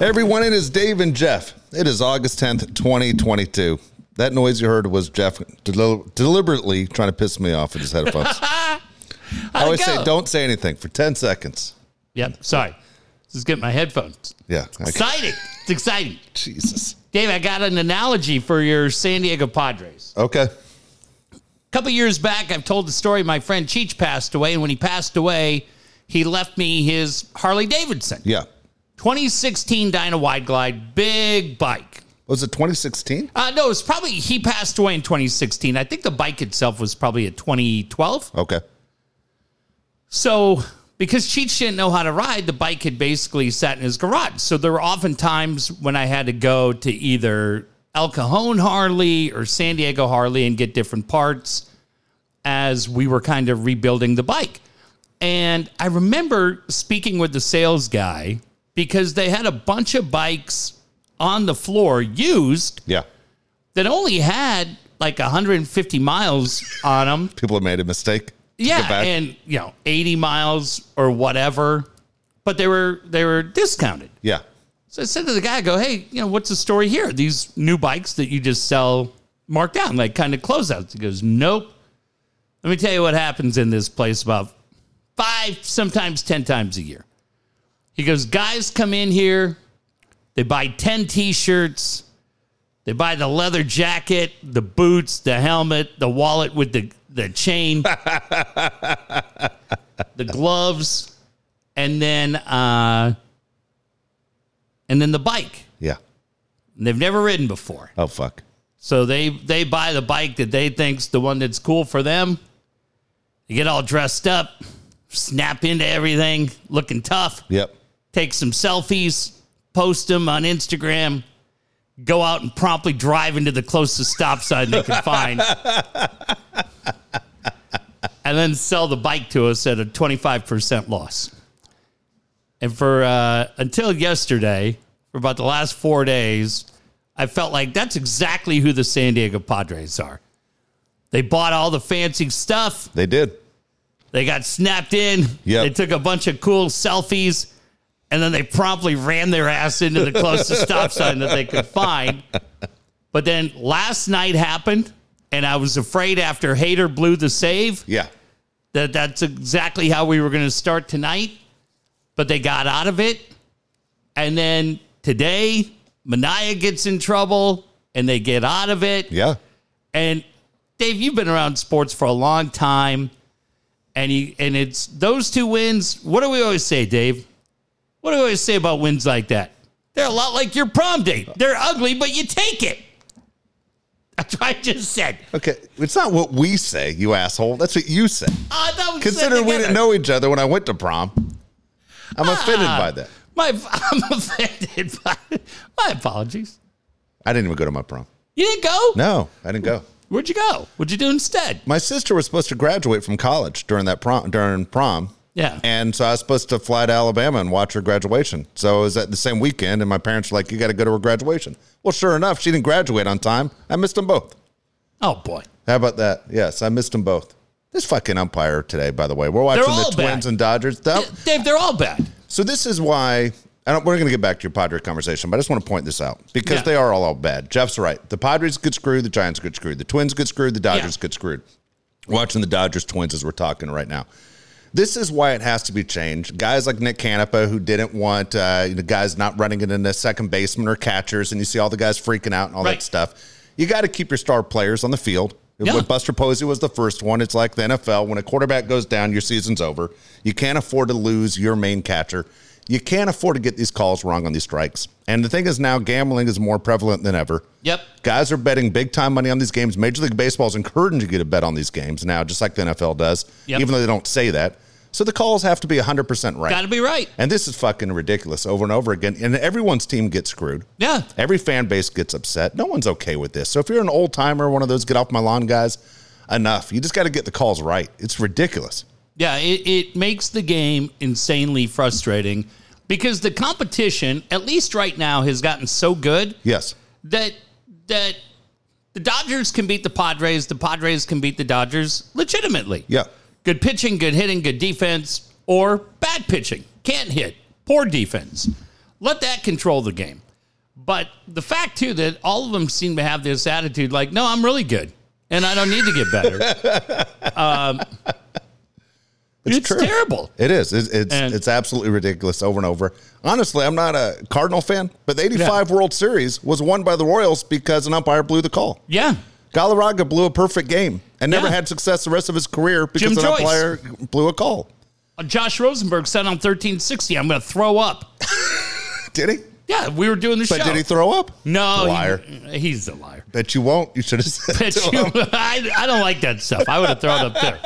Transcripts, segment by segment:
Everyone, it is Dave and Jeff. It is August 10th, 2022. That noise you heard was Jeff del- deliberately trying to piss me off with his headphones. I always say, don't say anything for 10 seconds. Yep. Sorry. Just get my headphones. Yeah. I- Exciting. It's exciting. Jesus. Dave, I got an analogy for your San Diego Padres. Okay. A couple years back, I've told the story. My friend Cheech passed away, and when he passed away, he left me his Harley Davidson. Yeah. 2016 Dyna Wide Glide, big bike. Was it 2016? Uh, no, it's probably he passed away in 2016. I think the bike itself was probably a 2012. Okay. So, because Cheech didn't know how to ride, the bike had basically sat in his garage. So, there were often times when I had to go to either El Cajon Harley or San Diego Harley and get different parts as we were kind of rebuilding the bike. And I remember speaking with the sales guy because they had a bunch of bikes on the floor used Yeah. that only had like 150 miles on them People have made a mistake. Took it yeah, back. and you know, eighty miles or whatever, but they were they were discounted. yeah. So I said to the guy, I "Go, hey, you know, what's the story here? These new bikes that you just sell marked down, like kind of closeouts." He goes, "Nope." Let me tell you what happens in this place about five, sometimes ten times a year. He goes, "Guys come in here, they buy ten t-shirts." They buy the leather jacket, the boots, the helmet, the wallet with the, the chain, the gloves, and then uh, and then the bike. Yeah. And they've never ridden before. Oh, fuck. So they they buy the bike that they think's the one that's cool for them. They get all dressed up, snap into everything, looking tough Yep. take some selfies, post them on Instagram, go out and promptly drive into the closest stop sign they can find, and then sell the bike to us at a 25% loss. And for uh, until yesterday, for about the last four days, I felt like that's exactly who the San Diego Padres are. They bought all the fancy stuff. They did. They got snapped in. Yep. They took a bunch of cool selfies, and then they promptly ran their ass into the closest stop sign that they could find. But then last night happened, and I was afraid after Hater blew the save Yeah. that that's exactly how we were going to start tonight. But they got out of it, and then today Mania gets in trouble, and they get out of it. Yeah. And Dave, you've been around sports for a long time, and you and it's those two wins. What do we always say, Dave? What do we always say about wins like that? They're a lot like your prom date. They're ugly, but you take it. That's what I just said. Okay. It's not what we say, you asshole. That's what you say. I thought we Oh, said Considering we together. Ah. didn't know each other when I went to prom, I'm offended by that. My, I'm offended. By, my apologies. I didn't even go to my prom. You didn't go. No, I didn't go. Where'd you go? What'd you do instead? My sister was supposed to graduate from college during that prom during prom. Yeah. And so I was supposed to fly to Alabama and watch her graduation. So it was at the same weekend, and my parents were like, "You got to go to her graduation." Well, sure enough, she didn't graduate on time. I missed them both. oh boy. How about that? Yes, I missed them both. This fucking umpire today, by the way, we're watching all the bad. Twins and Dodgers. The- Dave, they're all bad. So this is why I don't, we're going to get back to your Padre conversation, but I just want to point this out because Yeah. they are all, all bad. Jeff's right. The Padres get screwed. The Giants get screwed. The Twins get screwed. The Dodgers Yeah. get screwed. Watching the Dodgers Twins as we're talking right now. This is why it has to be changed. Guys like Nick Canepa, who didn't want uh, you know, guys not running it in the second baseman or catchers, and you see all the guys freaking out and all that Right. stuff. You got to keep your star players on the field. Yeah. What Buster Posey was the first one. It's like the NFL. When a quarterback goes down, your season's over. You can't afford to lose your main catcher. You can't afford to get these calls wrong on these strikes. And the thing is now gambling is more prevalent than ever. Yep. Guys are betting big time money on these games. Major League Baseball is encouraging you to bet on these games now, just like the NFL does, Yep. even though they don't say that. So the calls have to be 100% right. Got to be right. And this is fucking ridiculous over and over again. And everyone's team gets screwed. Yeah. Every fan base gets upset. No one's okay with this. So if you're an old timer, one of those get off my lawn guys, enough. You just got to get the calls right. It's ridiculous. Yeah, it, it makes the game insanely frustrating because the competition, at least right now, has gotten so good Yes. that that the Dodgers can beat the Padres, the Padres can beat the Dodgers legitimately. Yeah. Good pitching, good hitting, good defense, or bad pitching. Can't hit, poor defense. Let that control the game. But the fact too that all of them seem to have this attitude, like, no, I'm really good, and I don't need to get better. um, it's, it's terrible. It is. It's it's, And- it's absolutely ridiculous over and over. Honestly, I'm not a Cardinal fan, but the '85 World Series was won by the Royals because an umpire blew the call. Yeah, Galarraga blew a perfect game and never Yeah. had success the rest of his career because Jim an Joyce. umpire blew a call. Uh, Josh Rosenberg said on 1360, "I'm going to throw up." Did he? Yeah, we were doing the But show. did he throw up? no, he- Liar. he's a liar. Bet you won't. You should have said Bet to you- him. I, I don't like that stuff. I would have thrown up there.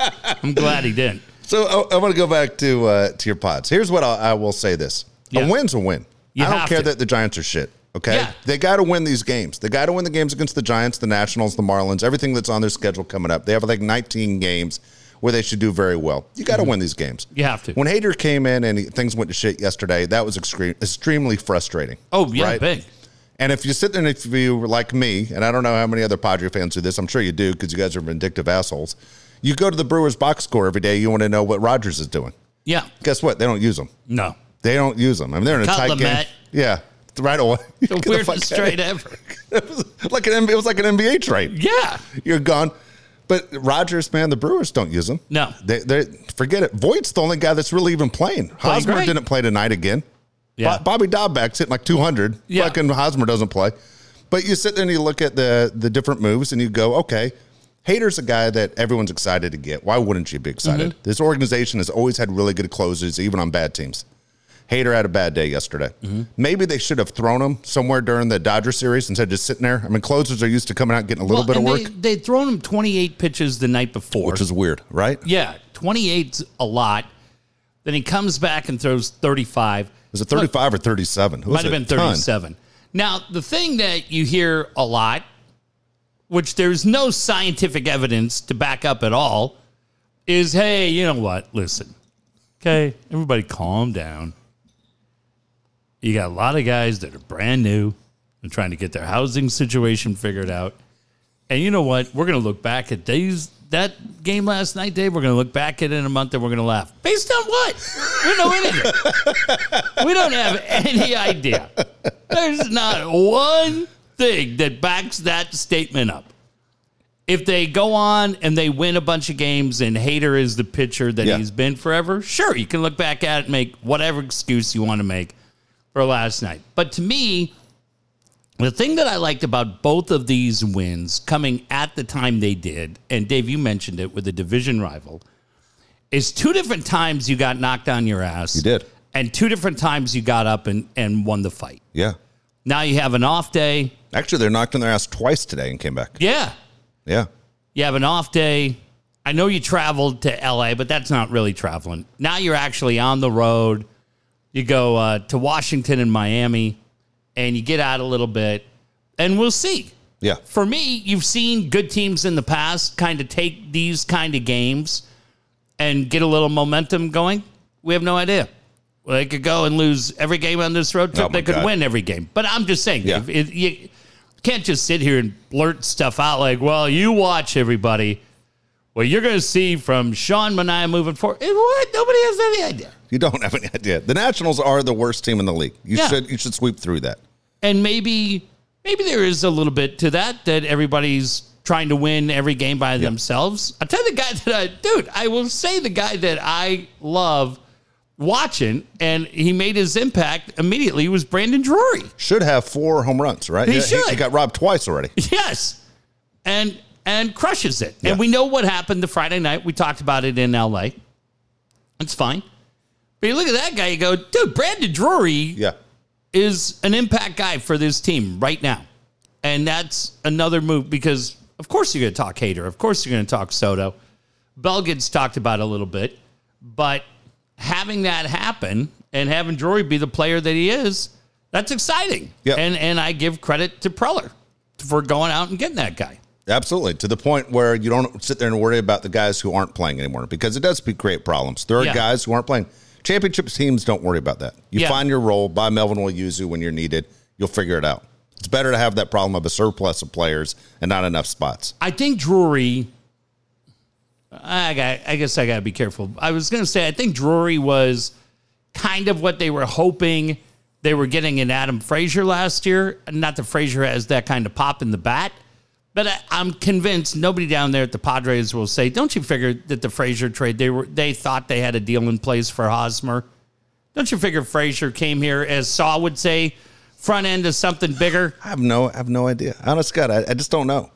I'm glad he didn't. So I, I want to go back to uh, to your pods. Here's what I, I will say: This Yeah. a win's a win. You I don't have care to. that the Giants are shit. Okay, Yeah. they got to win these games. They got to win the games against the Giants, the Nationals, the Marlins, everything that's on their schedule coming up. They have like 19 games where they should do very well. You got to win these games. Mm-hmm. You have to. When Hader came in and he- things went to shit yesterday, that was extreme, extremely frustrating. Oh yeah, right? big. And if you sit there and if you were like me, and I don't know how many other Padre fans do this, I'm sure you do because you guys are vindictive assholes. You go to the Brewers box score every day. You want to know what Rogers is doing. Yeah. Guess what? They don't use them. No. They don't use them. I mean, they're in a Cut tight game. Lamette. Yeah, right away. The Get fuck weirdest outta trade ever. here. It was like an NBA, it was like an NBA trade. Yeah. You're gone. But Rogers, man, the Brewers don't use them. No. they, they forget it. Voight's the only guy that's really even playing. Hosmer great. didn't play tonight again. Yeah. Bo- Bobby Dobback's hitting like 200. Yeah. Fucking Hosmer doesn't play. But you sit there and you look at the the different moves and you go, okay, Hater's a guy that everyone's excited to get. Why wouldn't you be excited? Mm-hmm. This organization has always had really good closers, even on bad teams. Hater had a bad day yesterday. Mm-hmm. Maybe they should have thrown him somewhere during the Dodger series instead of just sitting there. I mean, closers are used to coming out and getting a little Well, bit of and work, They, they'd thrown him 28 pitches the night before. which is weird, right? yeah, 28's a lot. Then he comes back and throws 35. Was it 35 or 37? It was Might have a been ton. 37. Now, the thing that you hear a lot, which there's no scientific evidence to back up at all, is hey, you know what? Listen, okay, everybody calm down. You got a lot of guys that are brand new and trying to get their housing situation figured out. And you know what? We're going to look back at these that game last night, Dave. We're going to look back at it in a month and we're going to laugh. Based on what? We don't know anything. we don't have any idea. There's not one thing that backs that statement up. If they go on and they win a bunch of games and Hater is the pitcher that Yeah. he's been forever, sure, you can look back at it and make whatever excuse you want to make for last night. But to me, the thing that I liked about both of these wins coming at the time they did, and Dave, you mentioned it with a division rival, is two different times you got knocked on your ass. You did. And two different times you got up and, and won the fight. Yeah. Now you have an off day. Actually, they're knocked on their ass twice today and came back. Yeah. Yeah. You have an off day. I know you traveled to LA, but that's not really traveling. Now you're actually on the road. You go uh, to Washington and Miami, and you get out a little bit, and we'll see. Yeah. for me, you've seen good teams in the past kind of take these kind of games and get a little momentum going. We have no idea. Well, they could go and lose every game on this road trip. Oh, my they could God. win every game. But I'm just saying, Yeah. if it, you can't just sit here and blurt stuff out like, well, you watch everybody. Well, you're going to see from Sean Mania moving forward. Eh, What? Nobody has any idea. You don't have any idea. The Nationals are the worst team in the league. You Yeah. should you should sweep through that. and maybe maybe there is a little bit to that that everybody's trying to win every game by themselves. I tell you the guy that I dude, I will say the guy that I love watching and he made his impact immediately was Brandon Drury. Should have four home runs, right? He Yeah, should. He, got robbed twice already. Yes. And and crushes it. Yeah. And we know what happened the Friday night. We talked about it in LA. It's fine. But you look at that guy, you go, dude, Brandon Drury Yeah. is an impact guy for this team right now. And that's another move because, of course, you're going to talk Hater. Of course, you're going to talk Soto. Bell gets talked about a little bit. But having that happen and having Drury be the player that he is, that's exciting. Yep. And, and I give credit to Preller for going out and getting that guy. Absolutely. To the point where you don't sit there and worry about the guys who aren't playing anymore because it does be- create problems. There are Yeah. guys who aren't playing. Championship teams don't worry about that. You Yeah. find your role, buy Melvin will use you when you're needed. You'll figure it out. It's better to have that problem of a surplus of players and not enough spots. I think Drury. I got. I guess I got to be careful. I was going to say I think Drury was kind of what they were hoping They were getting an Adam Frazier last year. Not that Frazier has that kind of pop in the bat, but I, I'm convinced nobody down there at the Padres will say, "Don't you figure that the Frazier trade? They were they thought they had a deal in place for Hosmer. Don't you figure Frazier came here as Saw would say, front end of something bigger? I have no, I have no idea. Honest God, I, I just don't know.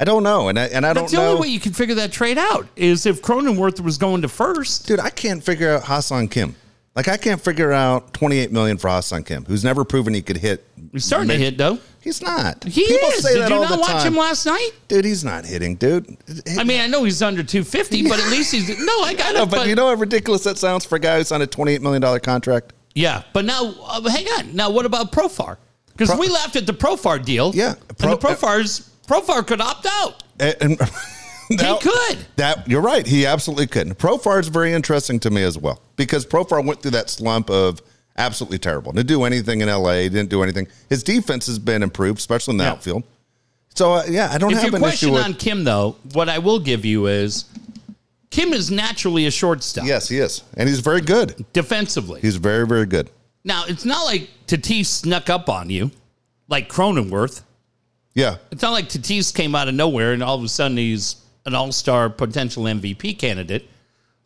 I don't know, and I and I That's don't the know. only way you can figure that trade out is if Cronenworth was going to first. dude, I can't figure out Hassan Kim. Like I can't figure out 28 million for Hassan Kim, who's never proven he could hit. He's starting to hit though. He's not. He is. Did you not watch him last night? dude, he's not hitting, dude. I mean, I know he's under 250, but at least he's no. I got No, it. but, you know how ridiculous that sounds for a guy who signed a $28 million contract? yeah. But now, uh, hang on. Now, what about Profar? Because we laughed at the Profar deal. Yeah, Pro- and the Profar's Profar could opt out. And, and that- could. That You're right. He absolutely could. And Profar is very interesting to me as well because Profar went through that slump of absolutely terrible. Didn't do anything in LA, didn't do anything. His defense has been improved, especially in the Yeah. outfield. So, uh, yeah, I don't If have your an issue question with. on Kim, though, what I will give you is Kim is naturally a shortstop yes, he is. And he's very good. defensively. He's very, very good. Now, it's not like Tatis snuck up on you like Cronenworth. Yeah. It's not like Tatis came out of nowhere and all of a sudden he's an all star potential MVP candidate.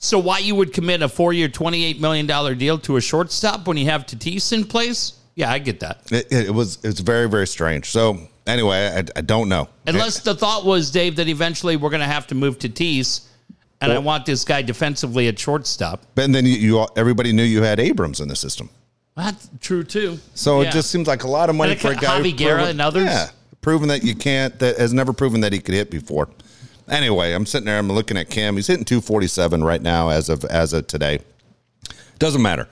So, why you would commit a four year, $28 million deal to a shortstop when you have Tatis in place? Yeah, I get that. It, it was it's very, very strange. So, anyway, I, I don't know. Unless the thought was, Dave, that eventually we're going to have to move Tatis and I want this guy defensively at shortstop. And then you, you all, everybody knew you had Abrams in the system. That's true, too. So Yeah. it just seems like a lot of money And it for a ca- guy. who Javi Guerra proven- and others? Yeah, proven that you can't. That has never proven that he could hit before. Anyway, I'm sitting there. I'm looking at Cam. He's hitting 247 right now as of as of today. Doesn't matter.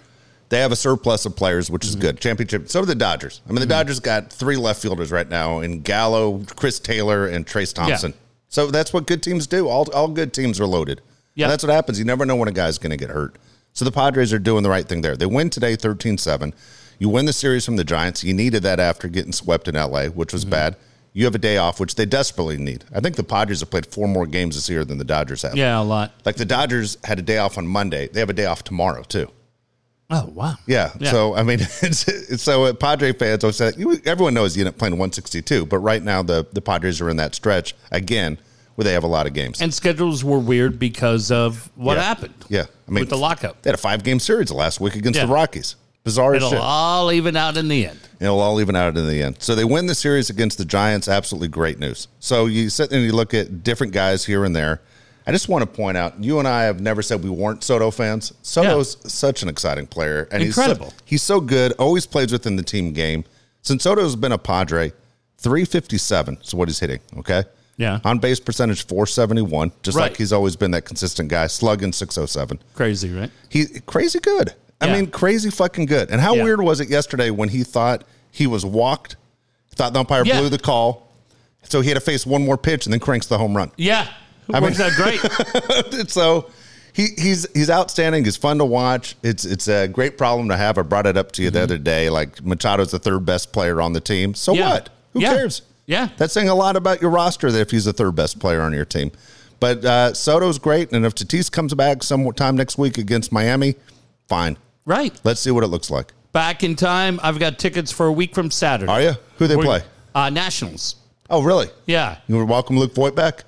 They have a surplus of players, which is Mm-hmm. good. Championship. So do the Dodgers. I mean, the Dodgers got three left fielders right now in Gallo, Chris Taylor, and Trace Thompson. So that's what good teams do. All all good teams are loaded. Yeah. And that's what happens. You never know when a guy's going to get hurt. So the Padres are doing the right thing there. They win today 13 7. You win the series from the Giants. You needed that after getting swept in LA, which Mm-hmm. was bad. You have a day off, which they desperately need. I think the Padres have played four more games this year than the Dodgers have. Yeah, a lot. Like the Dodgers had a day off on Monday. They have a day off tomorrow, too. Oh, wow. Yeah. Yeah. So I mean, it's, it's, so uh, Padre fans always say you, everyone knows you end up playing 162, but right now the the Padres are in that stretch again where they have a lot of games. And schedules were weird because of what Yeah. happened. yeah, I mean, with the lockup. they had a five game series last week against the Yeah. Rockies. Bizarre as It'll shit. all even out in the end. And it'll all even out in the end. So they win the series against the Giants. Absolutely great news. So you sit there and you look at different guys here and there. I just want to point out, you and I have never said we weren't Soto fans. Soto's such an exciting player, and Incredible. He's so, he's so good. Always plays within the team game. Since Soto's been a Padre, three fifty seven is what he's hitting. Okay, Yeah. on base percentage four seventy one, just Right. like he's always been that consistent guy. Slugging six oh seven Crazy, right? he crazy good. I Yeah. mean, crazy fucking good. And how Yeah. weird was it yesterday when he thought he was walked, thought the umpire Yeah. blew the call, so he had to face one more pitch and then cranks the home run. Yeah. I Works mean- out great. so he, he's he's outstanding. He's fun to watch. It's it's a great problem to have. I brought it up to Mm-hmm. you the other day. Like Machado's the third best player on the team. So Yeah. what? Who Yeah. cares? Yeah. That's saying a lot about your roster that if he's the third best player on your team. But uh, Soto's great, and if Tatis comes back sometime next week against Miami, fine. Right. Let's see what it looks like. Back in time, I've got tickets for a week from Saturday. Are you? Who they Oh, play? Uh, Nationals. Oh, really? Yeah. You would welcome Luke Voigt back?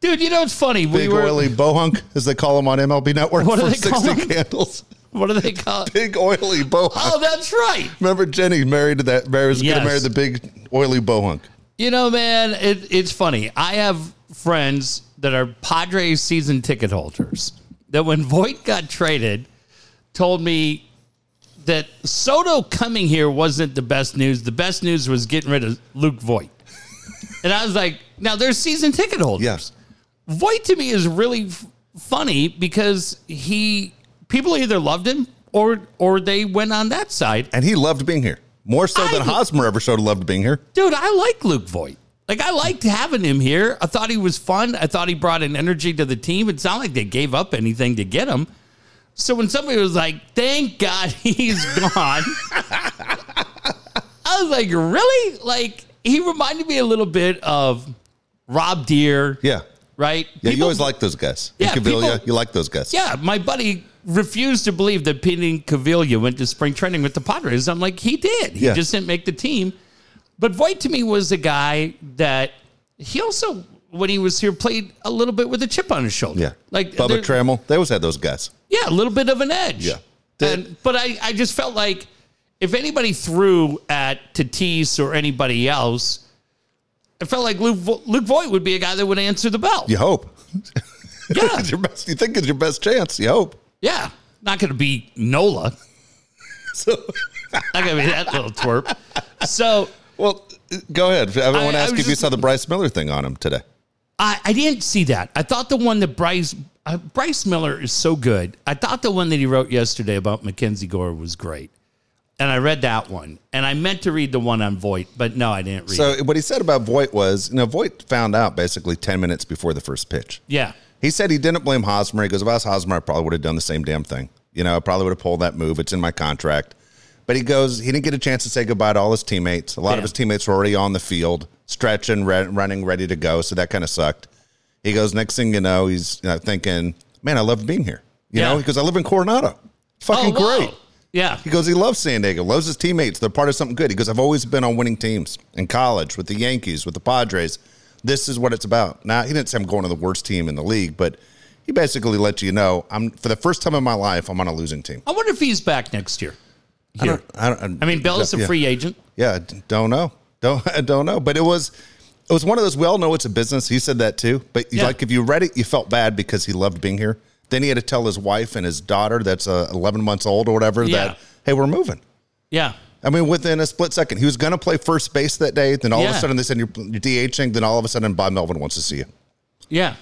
Dude, you know it's funny. We Big were, oily bohunk, as they call him on MLB Network What do for they call 60 him? candles. what do they call it? Big oily bohunk. Oh, that's right. Remember Jenny married to that, Mary was going Yes. to marry the big oily bohunk. You know, man, it, it's funny. I have friends that are Padres season ticket holders that when Voigt got traded, told me that Soto coming here wasn't the best news. The best news was getting rid of Luke Voigt. and I was like, now there's season ticket holders. Yes. Voight to me is really f- funny because he people either loved him or or they went on that side. And he loved being here. More so than I- Hosmer ever showed loved being here. Dude, I like Luke Voigt. Like I liked having him here. I thought he was fun. I thought he brought an energy to the team. It's not like they gave up anything to get him. So when somebody was like, "Thank God he's gone," I was like, "Really?" Like he reminded me a little bit of Rob Deere, Yeah. right? Yeah, you People always like those guys. In Yeah, Cavilla, people- you like those guys. Yeah, my buddy refused to believe that Pete Cavilla went to spring training with the Padres. I'm like, he did. He Yeah. just didn't make the team. But Voight to me was a guy that he also, when he was here, played a little bit with a chip on his shoulder. Yeah. Like Bubba there- Trammell. They always had those guys. yeah, a little bit of an edge. Yeah. And, but I, I just felt like if anybody threw at Tatis or anybody else, I felt like Luke, Vo- Luke Voigt would be a guy that would answer the bell. You hope. Yeah. It's your best, you think it's your best chance. You hope. Yeah. Not going to be Nola. So, Not going to be that little twerp. So well, go ahead. I, want I to ask was you if you just- saw the Bryce Miller thing on him today. I, I didn't see that. I thought the one that Bryce uh, Bryce Miller is so good. I thought the one that he wrote yesterday about Mackenzie Gore was great. And I read that one. And I meant to read the one on Voight, but no, I didn't read it. So what he said about Voight was, you know, Voight found out basically 10 minutes before the first pitch. Yeah. He said he didn't blame Hosmer. He goes, if I was Hosmer, I probably would have done the same damn thing. You know, I probably would have pulled that move. It's in my contract. But he goes, he didn't get a chance to say goodbye to all his teammates. A lot Yeah. of his teammates were already on the field, stretching, re- running, ready to go. So that kind of sucked. He goes, next thing you know, he's you know, thinking, man, I love being here. You Yeah. know, he goes, I live in Coronado. It's Oh, fucking wow. great. Yeah. He goes, he loves San Diego, loves his teammates. They're part of something good. He goes, I've always been on winning teams in college with the Yankees, with the Padres. This is what it's about. Now, he didn't say I'm going to the worst team in the league, but he basically let you know I'm for the first time in my life I'm on a losing team. I wonder if he's back next year. I, Here. don't, I, don't, uh, I mean, Bell's a yeah. free agent. Yeah, I d- don't know. Don't I don't know. But it was it was one of those. We all know it's a business. He said that too. But you Yeah. like if you read it, you felt bad because he loved being here. Then he had to tell his wife and his daughter that's uh, 11 months old or whatever Yeah. that hey, we're moving. Yeah. I mean, within a split second, he was going to play first base that day. Then all of Yeah. a sudden, they said you're, you're DHing. Then all of a sudden, Bob Melvin wants to see you, Yeah.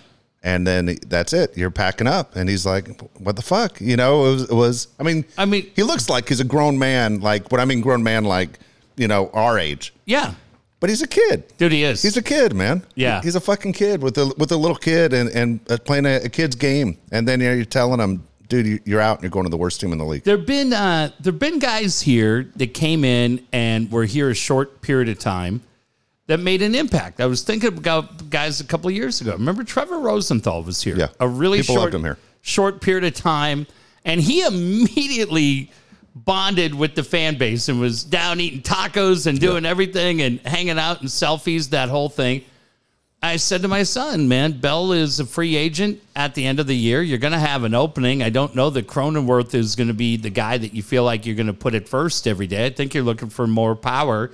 and then that's it. You're packing up, and he's like, "What the fuck?" You know, it was. It was I mean, I mean- he looks like he's a grown man. Like what I mean, grown man, like you know, our age. Yeah. But he's a kid. Dude, he is. He's a kid, man. Yeah. he's a fucking kid with a with a little kid and and uh, playing a, a kid's game. And then you know, you're telling him, "Dude, you- you're out, and you're going to the worst team in the league." There've been uh, there've been guys here that came in and were here a short period of time that made an impact. I was thinking about guys a couple of years ago. Remember Trevor Rosenthal was here. Yeah. A really People short loved him here. short period of time and he immediately bonded with the fan base and was down eating tacos and doing everything and hanging out and selfies that whole thing. I said to my son, man, Bell is a free agent at the end of the year. You're going to have an opening. I don't know that Cronenworth is going to be the guy that you feel like you're going to put at first every day. I think you're looking for more power.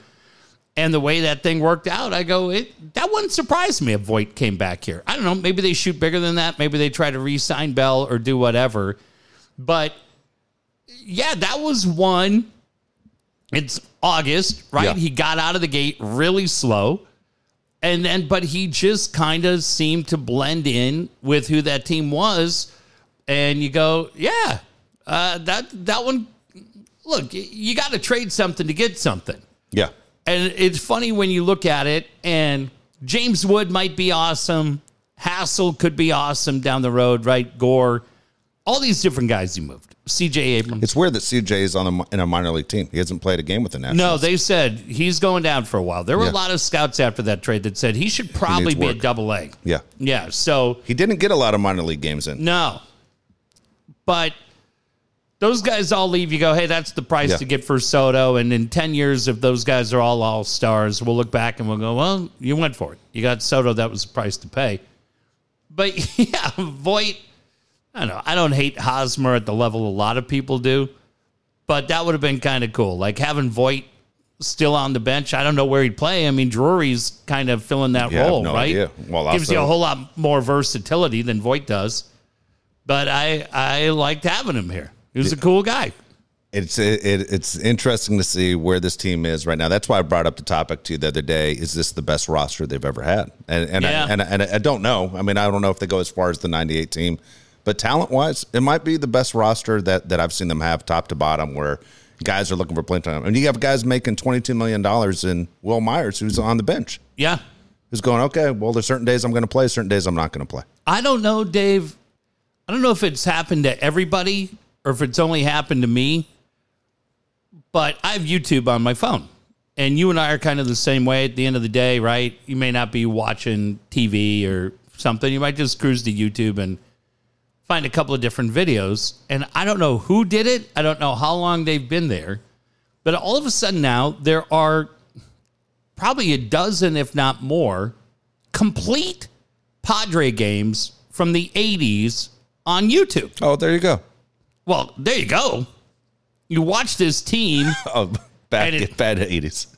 And the way that thing worked out, I go, it that wouldn't surprise me if Voight came back here. I don't know. Maybe they shoot bigger than that. Maybe they try to re sign Bell or do whatever. But yeah, that was one. It's August, right? Yeah. He got out of the gate really slow. And then, but he just kind of seemed to blend in with who that team was. And you go, yeah, uh, that, that one, look, y- you got to trade something to get something. Yeah, And it's funny when you look at it, and James Wood might be awesome. Hassel could be awesome down the road, right? Gore, all these different guys you moved. CJ Abrams. it's weird that CJ is on a, in a minor league team. He hasn't played a game with the Nationals. No, they said he's going down for a while. There were a Yeah. lot of scouts after that trade that said he should probably be a work. double A. Yeah. Yeah. So He didn't get a lot of minor league games in. No. But those guys all leave. You go, hey, that's the price Yeah. to get for Soto. And in 10 years, if those guys are all all stars, we'll look back and we'll go, well, you went for it. You got Soto. That was the price to pay. But yeah, Voight, I don't know. I don't hate Hosmer at the level a lot of people do, but that would have been kind of cool. Like having Voight still on the bench, I don't know where he'd play. I mean, Drury's kind of filling that Yeah, I have role, no right? idea. Well, Gives you a also- whole lot more versatility than Voight does but I I liked having him here. He was a cool guy. It's it, it's interesting to see where this team is right now. That's why I brought up the topic to you the other day. Is this the best roster they've ever had? And and Yeah. I, and, I, and I don't know. I mean, I don't know if they go as far as the '98 team, but talent wise, it might be the best roster that that I've seen them have, top to bottom, where guys are looking for playing time. And you have guys making 22 million dollars in Will Myers, who's on the bench, Yeah. who's going, okay, well, there's certain days I'm going to play, certain days I'm not going to play. I don't know, Dave. I don't know if it's happened to everybody or if it's only happened to me, but I have YouTube on my phone. And you and I are kind of the same way at the end of the day, right? You may not be watching TV or something. You might just cruise to YouTube and find a couple of different videos, and I don't know who did it. I don't know how long they've been there, but all of a sudden now there are probably a dozen, if not more, complete Padre games from the 80s on YouTube. Oh, there you go. Well, there you go. You watch this team. Oh, back And it- bad 80s.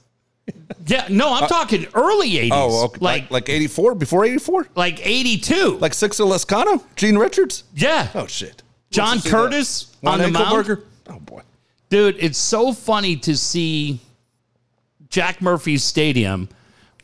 Yeah, no, I'm talking early 80s. Uh, Oh, okay. like like like 84 before 84? like 82. Like six of Lescano, Gene Richards. yeah. Oh shit. John Let's see that. Curtis Juan on the mound. Engelberger? Oh boy. Dude, it's so funny to see Jack Murphy's stadium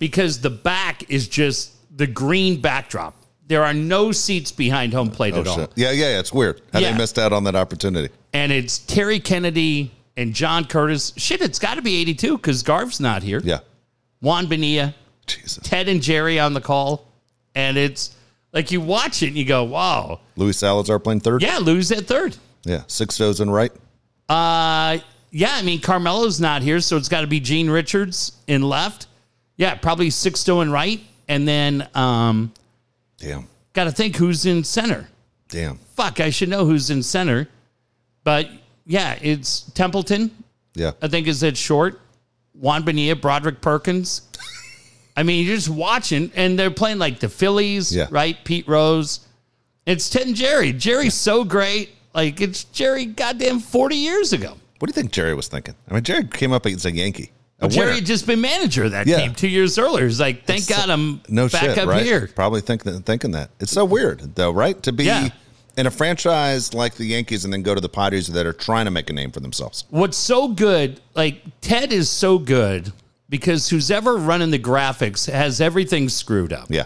because the back is just the green backdrop. There are no seats behind home plate at all. Oh, Shit. Yeah, yeah, yeah. It's weird how Yeah. they missed out on that opportunity. And it's Terry Kennedy and John Curtis. Shit, it's got to be 82 because Garv's not here. Yeah. Juan Benia, Jesus. Ted and Jerry on the call. And it's like you watch it and you go, wow. Louis Salazar playing third. Yeah, lose at third. Yeah. Six shows in right. Uh, yeah, I mean Carmelo's not here, so it's got to be Gene Richards in left. Yeah, probably Sixto in right, and then um, Damn. got to think who's in center. Damn. Fuck, I should know who's in center, but yeah, it's Templeton. Yeah. I think is at short. Juan Benia, Broderick Perkins. I mean, you're just watching, and they're playing like the Phillies, Yeah. right? Pete Rose. It's Ted and Jerry. Jerry's so great. Like it's Jerry, goddamn, forty years ago. What do you think Jerry was thinking? I mean, Jerry came up against a Yankee. A Jerry winner. had just been manager of that Yeah. team two years earlier. He's like, thank God I'm no back shit, up right? here. Probably thinking thinking that. It's so weird though, right? To be Yeah. in a franchise like the Yankees and then go to the Padres that are trying to make a name for themselves. What's so good, like Ted is so good because who's ever running the graphics has everything screwed up. Yeah.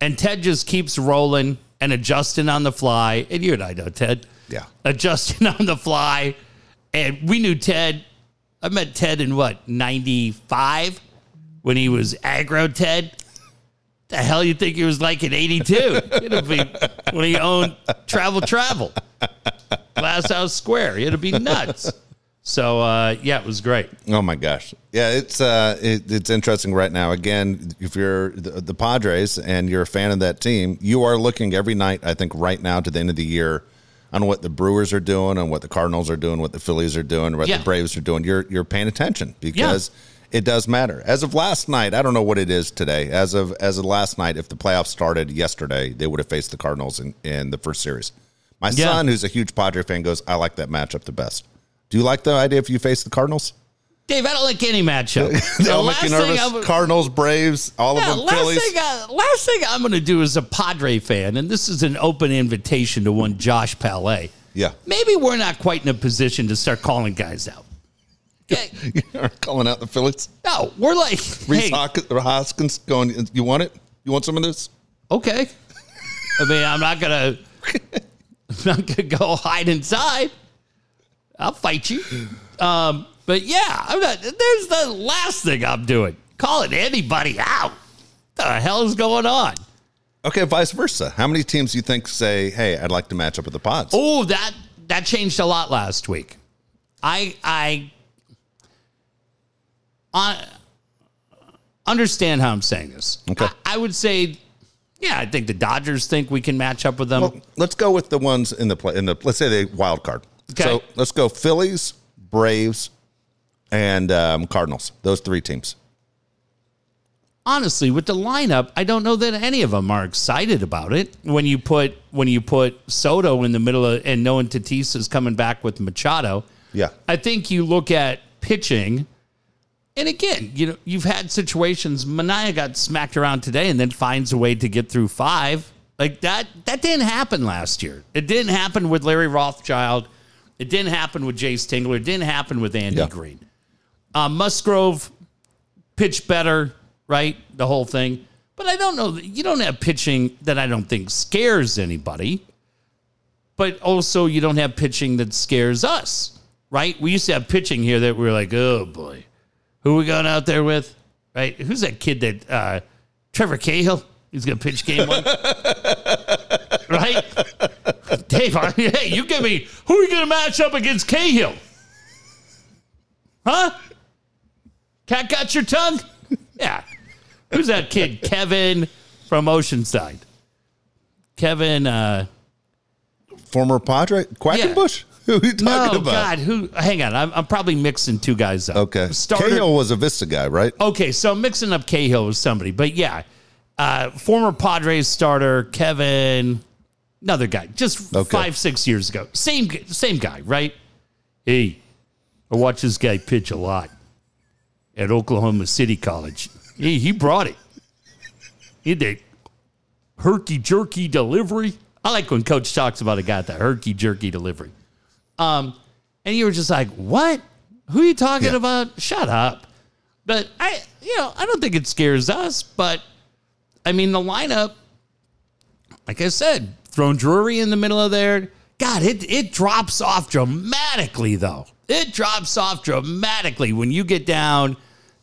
And Ted just keeps rolling and adjusting on the fly. And you and I know Ted. Yeah. Adjusting on the fly. And we knew Ted. I met Ted in what, 95 when he was aggro Ted? The hell you think he was like in 82 It'll be when he owned Travel Travel, Glass House Square. It'll be nuts. So, uh, yeah, it was great. Oh my gosh. Yeah, it's uh it, it's interesting right now. Again, if you're the, the Padres and you're a fan of that team, you are looking every night I think right now to the end of the year on what the Brewers are doing, on what the Cardinals are doing, what the Phillies are doing, what Yeah. the Braves are doing. You're you're paying attention because it does matter. As of last night, I don't know what it is today. As of as of last night, if the playoffs started yesterday, they would have faced the Cardinals in, in the first series. My Yeah. son, who's a huge Padre fan, goes, I like that matchup the best. Do you like the idea if you face the Cardinals? Dave, I don't like any matchup. They all make you nervous. would- Cardinals, Braves, all Yeah, of them. last Phillies. thing, I, last thing I'm going to do as a Padre fan, and this is an open invitation to one Josh Palais. yeah, Maybe we're not quite in a position to start calling guys out. Okay? You're calling out the Phillies. No, we're like, Reese hey, Hock- or Hoskins going. You want it? You want some of this? okay. I mean, I'm not gonna, I'm not gonna go hide inside. I'll fight you. Um, but yeah, I'm not. There's the last thing I'm doing. Calling anybody out. The hell is going on? Okay, vice versa. How many teams do you think say, "Hey, I'd like to match up with the Pods"? Oh, that that changed a lot last week. I I I understand how I'm saying this. Okay. I, I would say, yeah, I think the Dodgers think we can match up with them. Well, let's go with the ones in the play. In the let's say the wild card. Okay. So let's go Phillies, Braves, and um, Cardinals. Those three teams. Honestly, with the lineup, I don't know that any of them are excited about it. When you put when you put Soto in the middle of, and knowing Tatis is coming back with Machado, Yeah. I think you look at pitching, and again, you know, you've had situations. Mania got smacked around today, and then finds a way to get through five. Like that, that didn't happen last year. It didn't happen with Larry Rothschild. It didn't happen with Jace Tingler. It didn't happen with Andy Yeah. Green. Uh, Musgrove pitched better, right? The whole thing. But I don't know. that- You don't have pitching that I don't think scares anybody but also you don't have pitching that scares us, right? We used to have pitching here that we are like, oh boy, who we going out there with, right? Who's that kid that uh, Trevor Cahill? He's gonna pitch game one, right? Dave, I- hey, you give me who are you gonna match up against Cahill? Huh? Cat got your tongue? Yeah. Who's that kid? Kevin from Oceanside. Kevin. uh former Padre Quackenbush? Who are you talking No, about? oh, God, who? Hang on, I'm, I'm probably mixing two guys up. Okay. Starter, Cahill was a Vista guy, right? Okay, so I'm mixing up Cahill with somebody, but yeah, uh, former Padres starter Kevin, another guy, just Okay. five six years ago, same g- same guy, right? Hey, I watch this guy pitch a lot at Oklahoma City College. He he brought it. He had that herky jerky delivery. I like when Coach talks about a guy with that herky jerky delivery. Um, and you were just like, "What? Who are you talking Yeah. about? Shut up!" But I, you know, I don't think it scares us. But I mean, the lineup, like I said, thrown Drury in the middle of there. God, it it drops off dramatically though. It drops off dramatically when you get down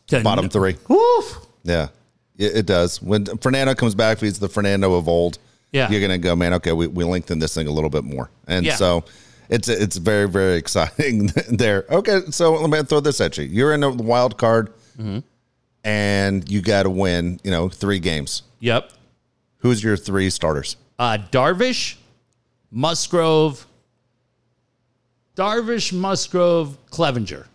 to Bottom three. Woof. Yeah. It, it does. When Fernando comes back, if he's the Fernando of old, Yeah. you're going to go, man, okay, we, we lengthen this thing a little bit more. And Yeah. so it's it's very, very exciting there. Okay, so let me throw this at you. You're in the wild card Mm-hmm. and you got to win, you know, three games. Yep. Who's your three starters? Uh, Darvish, Musgrove, Darvish, Musgrove, Clevenger.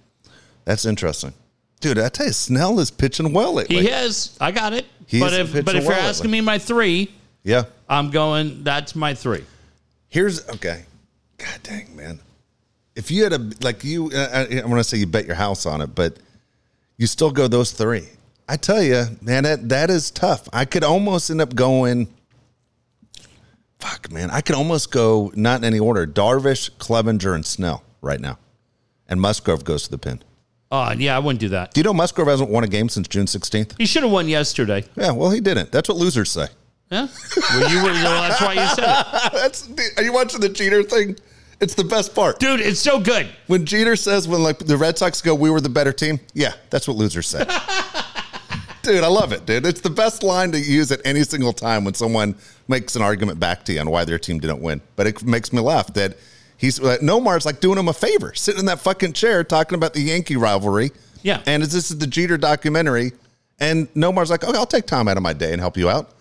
That's interesting. Dude, I tell you, Snell is pitching well He lately. has. I got it. He's But pitching if but if you're well lately. asking me my three, yeah. I'm going. That's my three. Here's okay. God dang man, if you had a like you, uh, I, I want to say you bet your house on it, but you still go those three. I tell you, man, that that is tough. I could almost end up going. Fuck, man, I could almost go not in any order: Darvish, Clevenger, and Snell right now, and Musgrove goes to the pin. Oh yeah, I wouldn't do that. Do you know Musgrove hasn't won a game since June sixteenth? He should have won yesterday. Yeah, well, he didn't. That's what losers say. Yeah. Well, you were. well, that's why you said it, That's are you watching the cheater thing? It's the best part. dude. It's so good. When Jeter says, when like the Red Sox go, we were the better team. Yeah, that's what losers say. dude, I love it, dude. It's the best line to use at any single time when someone makes an argument back to you on why their team didn't win. But it makes me laugh that he's uh, Nomar's like doing him a favor, sitting in that fucking chair talking about the Yankee rivalry. Yeah. and it's- this is the Jeter documentary, and Nomar's like, okay, I'll take time out of my day and help you out.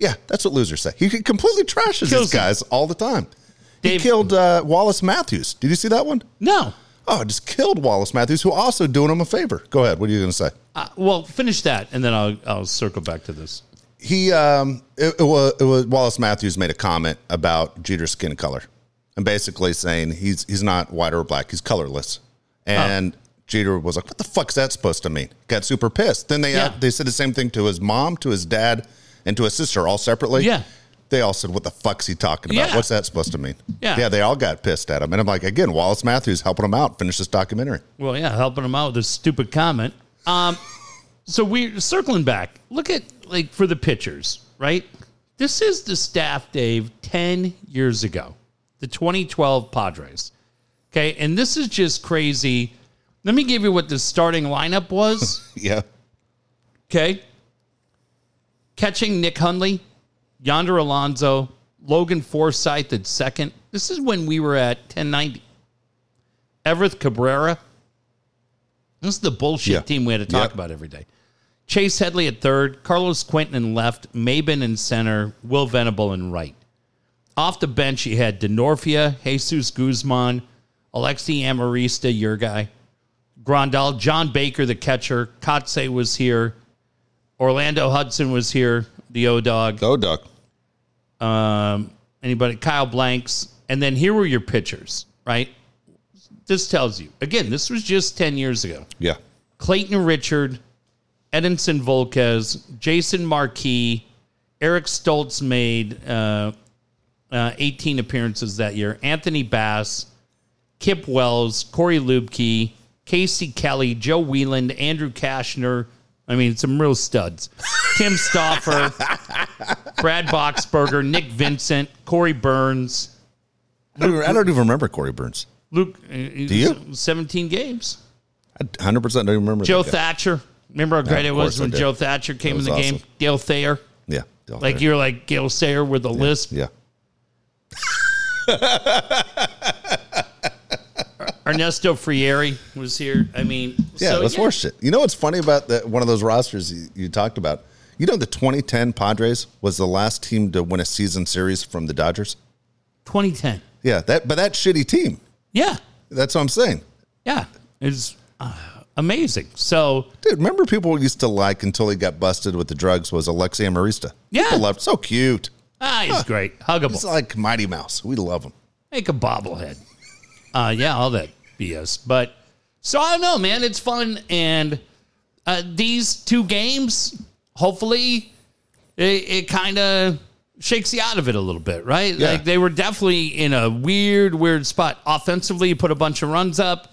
Yeah, that's what losers say. He completely trashes Kills these him. guys all the time. he Dave- killed uh, Wallace Matthews. Did you see that one? No. Oh, it just killed Wallace Matthews, who also doing him a favor. Go ahead. What are you going to say? Uh, well, finish that, and then I'll I'll circle back to this. He, um, it, it was, it was Wallace Matthews made a comment about Jeter's skin color, and basically saying he's he's not white or black, he's colorless. And Jeter was like, "What the fuck's that supposed to mean?" Got super pissed. Then they uh, Yeah. they said the same thing to his mom, to his dad, and to his sister, all separately. Yeah. They all said, "What the fuck's he talking about? Yeah. What's that supposed to mean?" Yeah. yeah. They all got pissed at him, and I'm like, again, Wallace Matthews helping him out, finish this documentary. Well, yeah, helping him out with a stupid comment. Um, so we're circling back. Look at like for the pitchers, right? This is the staff, Dave, ten years ago, the 2012 Padres. Okay, and this is just crazy. Let me give you what the starting lineup was. Yeah, Okay. Catching Nick Hundley, Yonder Alonso, Logan Forsythe at second. This is when we were at 1090. Everett Cabrera. This is the bullshit Yeah. team we had to talk Yep. about every day. Chase Headley at third, Carlos Quentin in left, Maben in center, Will Venable in right. Off the bench, you had Denorfia, Jesus Guzman, Alexi Amarista, your guy, Grandal, John Baker, the catcher, Kotze was here, Orlando Hudson was here, the O Dog, go Doug. um, anybody, Kyle Blanks. And then here were your pitchers, right? This tells you. Again, this was just 10 years ago. Yeah. Clayton Richard, Edinson Volquez, Jason Marquis, Eric Stoltz made uh, uh, 18 appearances that year, Anthony Bass, Kip Wells, Corey Lubke, Casey Kelly, Joe Wheeland, Andrew Kashner. I mean, some real studs. Tim Stoffer, Brad Boxberger, Nick Vincent, Corey Burns, I don't, I don't even remember Corey Burns. Luke. you? 17 games. I 100% don't even remember. Joe that guy. Thatcher. Remember how great of it was course I when did. Joe Thatcher came in was the game? awesome. Dale Thayer. Yeah. Del Like Thayer. you're like Dale Thayer with a lisp. Yeah. Ernesto Frieri was here. I mean, Yeah, so, that's worse shit. You know what's funny about that one of those rosters you, you talked about? You know the 2010 Padres was the last team to win a season series from the Dodgers? 2010. Yeah, that but that shitty team. Yeah. That's what I'm saying. Yeah. It's uh, amazing. So, Dude, remember people used to like until he got busted with the drugs was Alexia Marista. Yeah. People loved so cute. ah, he's great. Huggable. It's like Mighty Mouse. We love him. Make a bobblehead. Uh, yeah, all that BS. But so I don't know, man. It's fun, and uh, these two games, hopefully, it, it kind of shakes you out of it a little bit, right? Yeah. Like they were definitely in a weird, weird spot offensively. You put a bunch of runs up,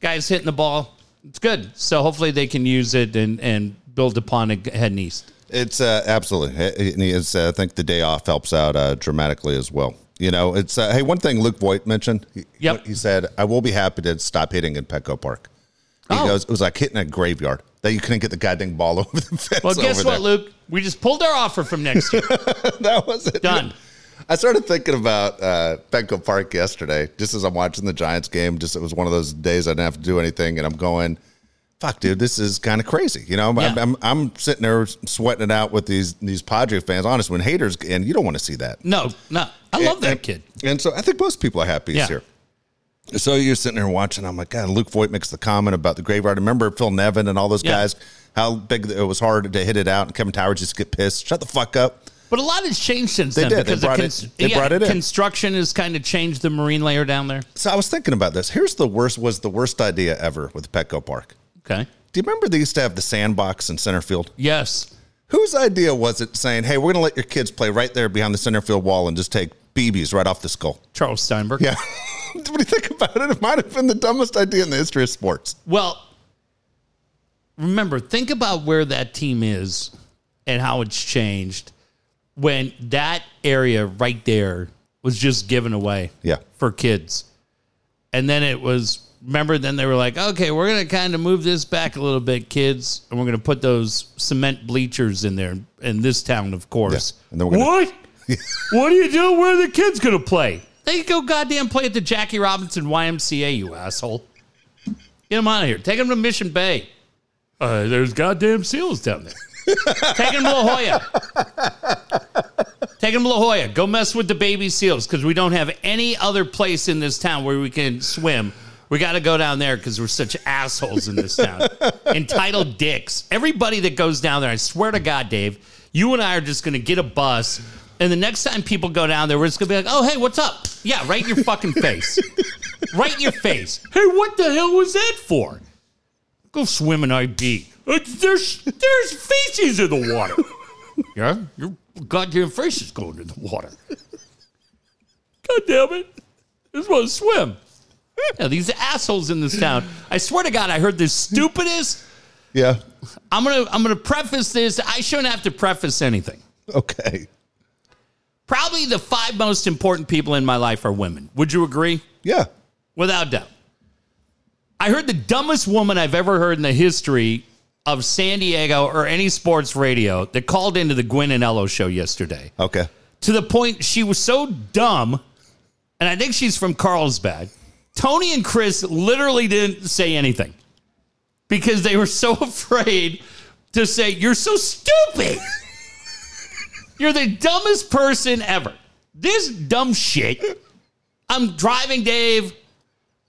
guys hitting the ball. It's good. So hopefully they can use it and and build upon it heading east. It's uh, absolutely. And It's, uh, I think the day off helps out uh, dramatically as well. You know, it's uh, hey, one thing Luke Voigt mentioned. He, Yep. he said, "I will be happy to stop hitting in Petco Park." He Oh. goes, "It was like hitting a graveyard that you couldn't get the goddamn ball over the fence." Well, guess over what, Luke? We just pulled our offer from next year. Luke? that was it. Done. I started thinking about uh, Petco Park yesterday, just as I'm watching the Giants game. Just it was one of those days I didn't have to do anything, and I'm going, "Fuck, dude, this is kind of crazy." You know, I'm, Yeah. I'm, I'm sitting there sweating it out with these these Padre fans. Honestly, when haters, and you don't want to see that. No, no. I love And- that and- kid. And so I think most people are happy he's Yeah. here. So you're sitting there watching. I'm like, God, Luke Voigt makes the comment about the graveyard. Remember Phil Nevin and all those Yeah. guys, how big it was hard to hit it out. And Kevin Towers just get pissed. Shut the fuck up. But a lot has changed since They then did. They because the brought it- cons- they yeah, brought it in. construction has kind of changed the marine layer down there. So I was thinking about this. Here's the worst was the worst idea ever with Petco Park. Okay. Do you remember they used to have the sandbox in center field? Yes. Whose idea was it saying, hey, we're going to let your kids play right there behind the center field wall and just take BBs right off the skull? Charles Steinberg. Yeah. what do you think about it? It might have been the dumbest idea in the history of sports. Well, remember, think about where that team is and how it's changed when that area right there was just given away Yeah. for kids. And then it was, remember, then they were like, okay, we're going to kind of move this back a little bit, kids, and we're going to put those cement bleachers in there in this town, of course. Yeah, and then we're gonna- what? what do you do? Where are the kids going to play? They can go goddamn play at the Jackie Robinson YMCA, you asshole. Get them out of here. Take them to Mission Bay. Uh, there's goddamn seals down there. Take them to La Jolla. Take them to La Jolla. Go mess with the baby seals because we don't have any other place in this town where we can swim. We got to go down there because we're such assholes in this town. Entitled dicks. Everybody that goes down there, I swear to God, Dave, you and I are just going to get a bus. And the next time people go down there, we're just going to be like, oh, hey, what's up? Yeah, right in your fucking face. right in your face. Hey, what the hell was that for? Go swim in IB. It's, there's, there's feces in the water. Yeah, your goddamn face is going in the water. God damn it. I just want to swim. Yeah, these assholes in this town. I swear to God, I heard the stupidest. Yeah. I'm gonna I'm gonna preface this. I shouldn't have to preface anything. Okay. Probably the five most important people in my life are women. Would you agree? Yeah. Without doubt. I heard the dumbest woman I've ever heard in the history of San Diego or any sports radio that called into the Gwen and Ello show yesterday. Okay. to the point she was so dumb, and I think she's from Carlsbad. Tony and Chris literally didn't say anything because they were so afraid to say, You're so stupid. You're the dumbest person ever. This dumb shit. I'm driving Dave.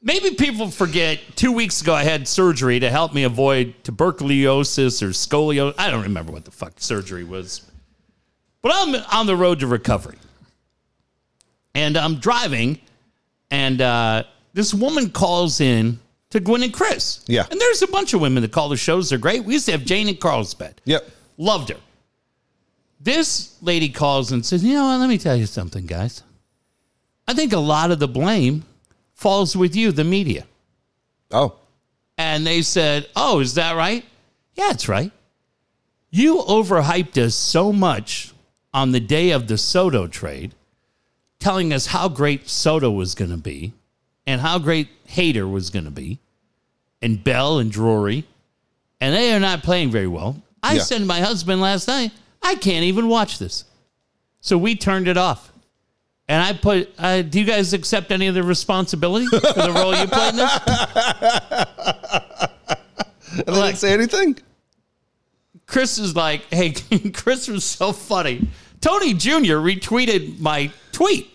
Maybe people forget two weeks ago I had surgery to help me avoid tuberculosis or scoliosis. I don't remember what the fuck surgery was but I'm on the road to recovery. And I'm driving, and uh, this woman calls in to Gwen and Chris. Yeah. And there's a bunch of women that call the shows. They're great. We used to have Jane and Carlsbad. Yep. Loved her. This lady calls and says, You know what? Let me tell you something, guys. I think a lot of the blame falls with you, the media. Oh. And they said, Oh, is that right? Yeah, it's right. You overhyped us so much on the day of the Soto trade, telling us how great Soto was going to be and how great Hayter was going to be, and Bell and Drury. And they are not playing very well. I Yeah. said to my husband last night, I can't even watch this. So we turned it off. And I put, uh, do you guys accept any of the responsibility for the role you played in this? And they didn't say anything? Chris is like, hey, Chris was so funny. Tony Jr. retweeted my tweet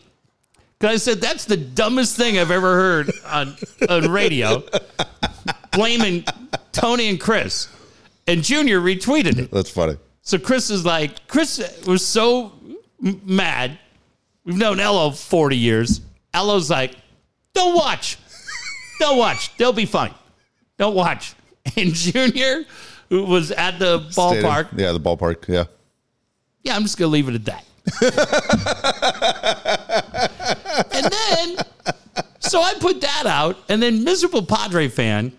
Because I said, that's the dumbest thing I've ever heard on, on radio. Blaming Tony and Chris. And Junior retweeted it. That's funny. So Chris is like, Chris was so m- mad. We've known Ello 40 years. Ello's like, don't watch. Don't watch. They'll be fine. Don't watch. And Junior, who was at the Stadium. ballpark, Yeah, the ballpark. Yeah. yeah, I'm just gonna leave it at that. and then, so I put that out, and then miserable Padre fan.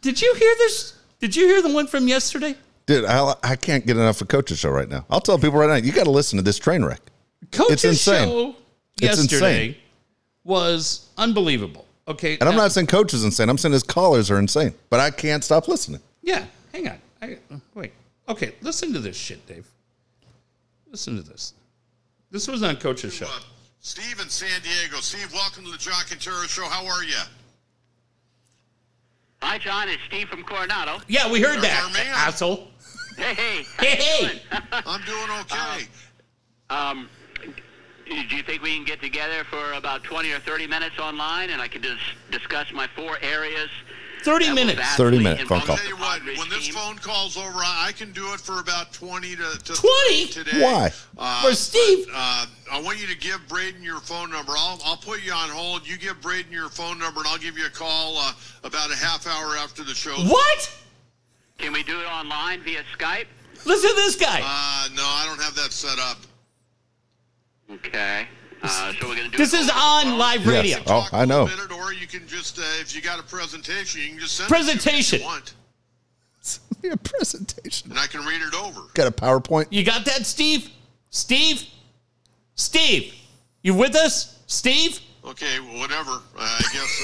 Did you hear this? Did you hear the one from yesterday? Dude, I, I can't get enough of Coach's show right now. I'll tell people right now, you got to listen to this train wreck. Coach's insane. show It's insane. yesterday was unbelievable. Okay, And I'm not saying Coach is insane. I'm saying his callers are insane, but I can't stop listening. Yeah, hang on. I, uh, wait. Okay, listen to this shit, Dave. Listen to this. This was on Coach's show. Uh, Steve in San Diego. Steve, welcome to the Jock and Terror Show. How are you? Hi, John. It's Steve from Coronado. Yeah, we heard that, Our man. asshole. Hey, hey. how Hey, you hey. I'm doing okay. Um, do you think we can get together for about 20 or 30 minutes online and I can just discuss my four areas? 30 that will minutes. vastly 30 minute phone improve call. Tell you what, Padres when this team. phone call's over, I I can do it for about 20 to, to 20? today. Why? Uh, For Steve. uh, I want you to give Braden your phone number. I'll, I'll put you on hold. You give Braden your phone number, and I'll give you a call uh, about a half hour after the show. What? Can we do it online via Skype? Listen to this guy. Uh, no, I don't have that set up. Okay. Uh, so we're going to do This it is over the on phone. live radio. Yes. Oh, Talk I a little know. Minute, or you can just, uh, if you got a presentation, you can just send Presentation. It to me if you want, Your presentation. and I can read it over. Got a PowerPoint? You got that, Steve? Steve? Steve? You with us? Steve? Okay, well, whatever. Uh, I guess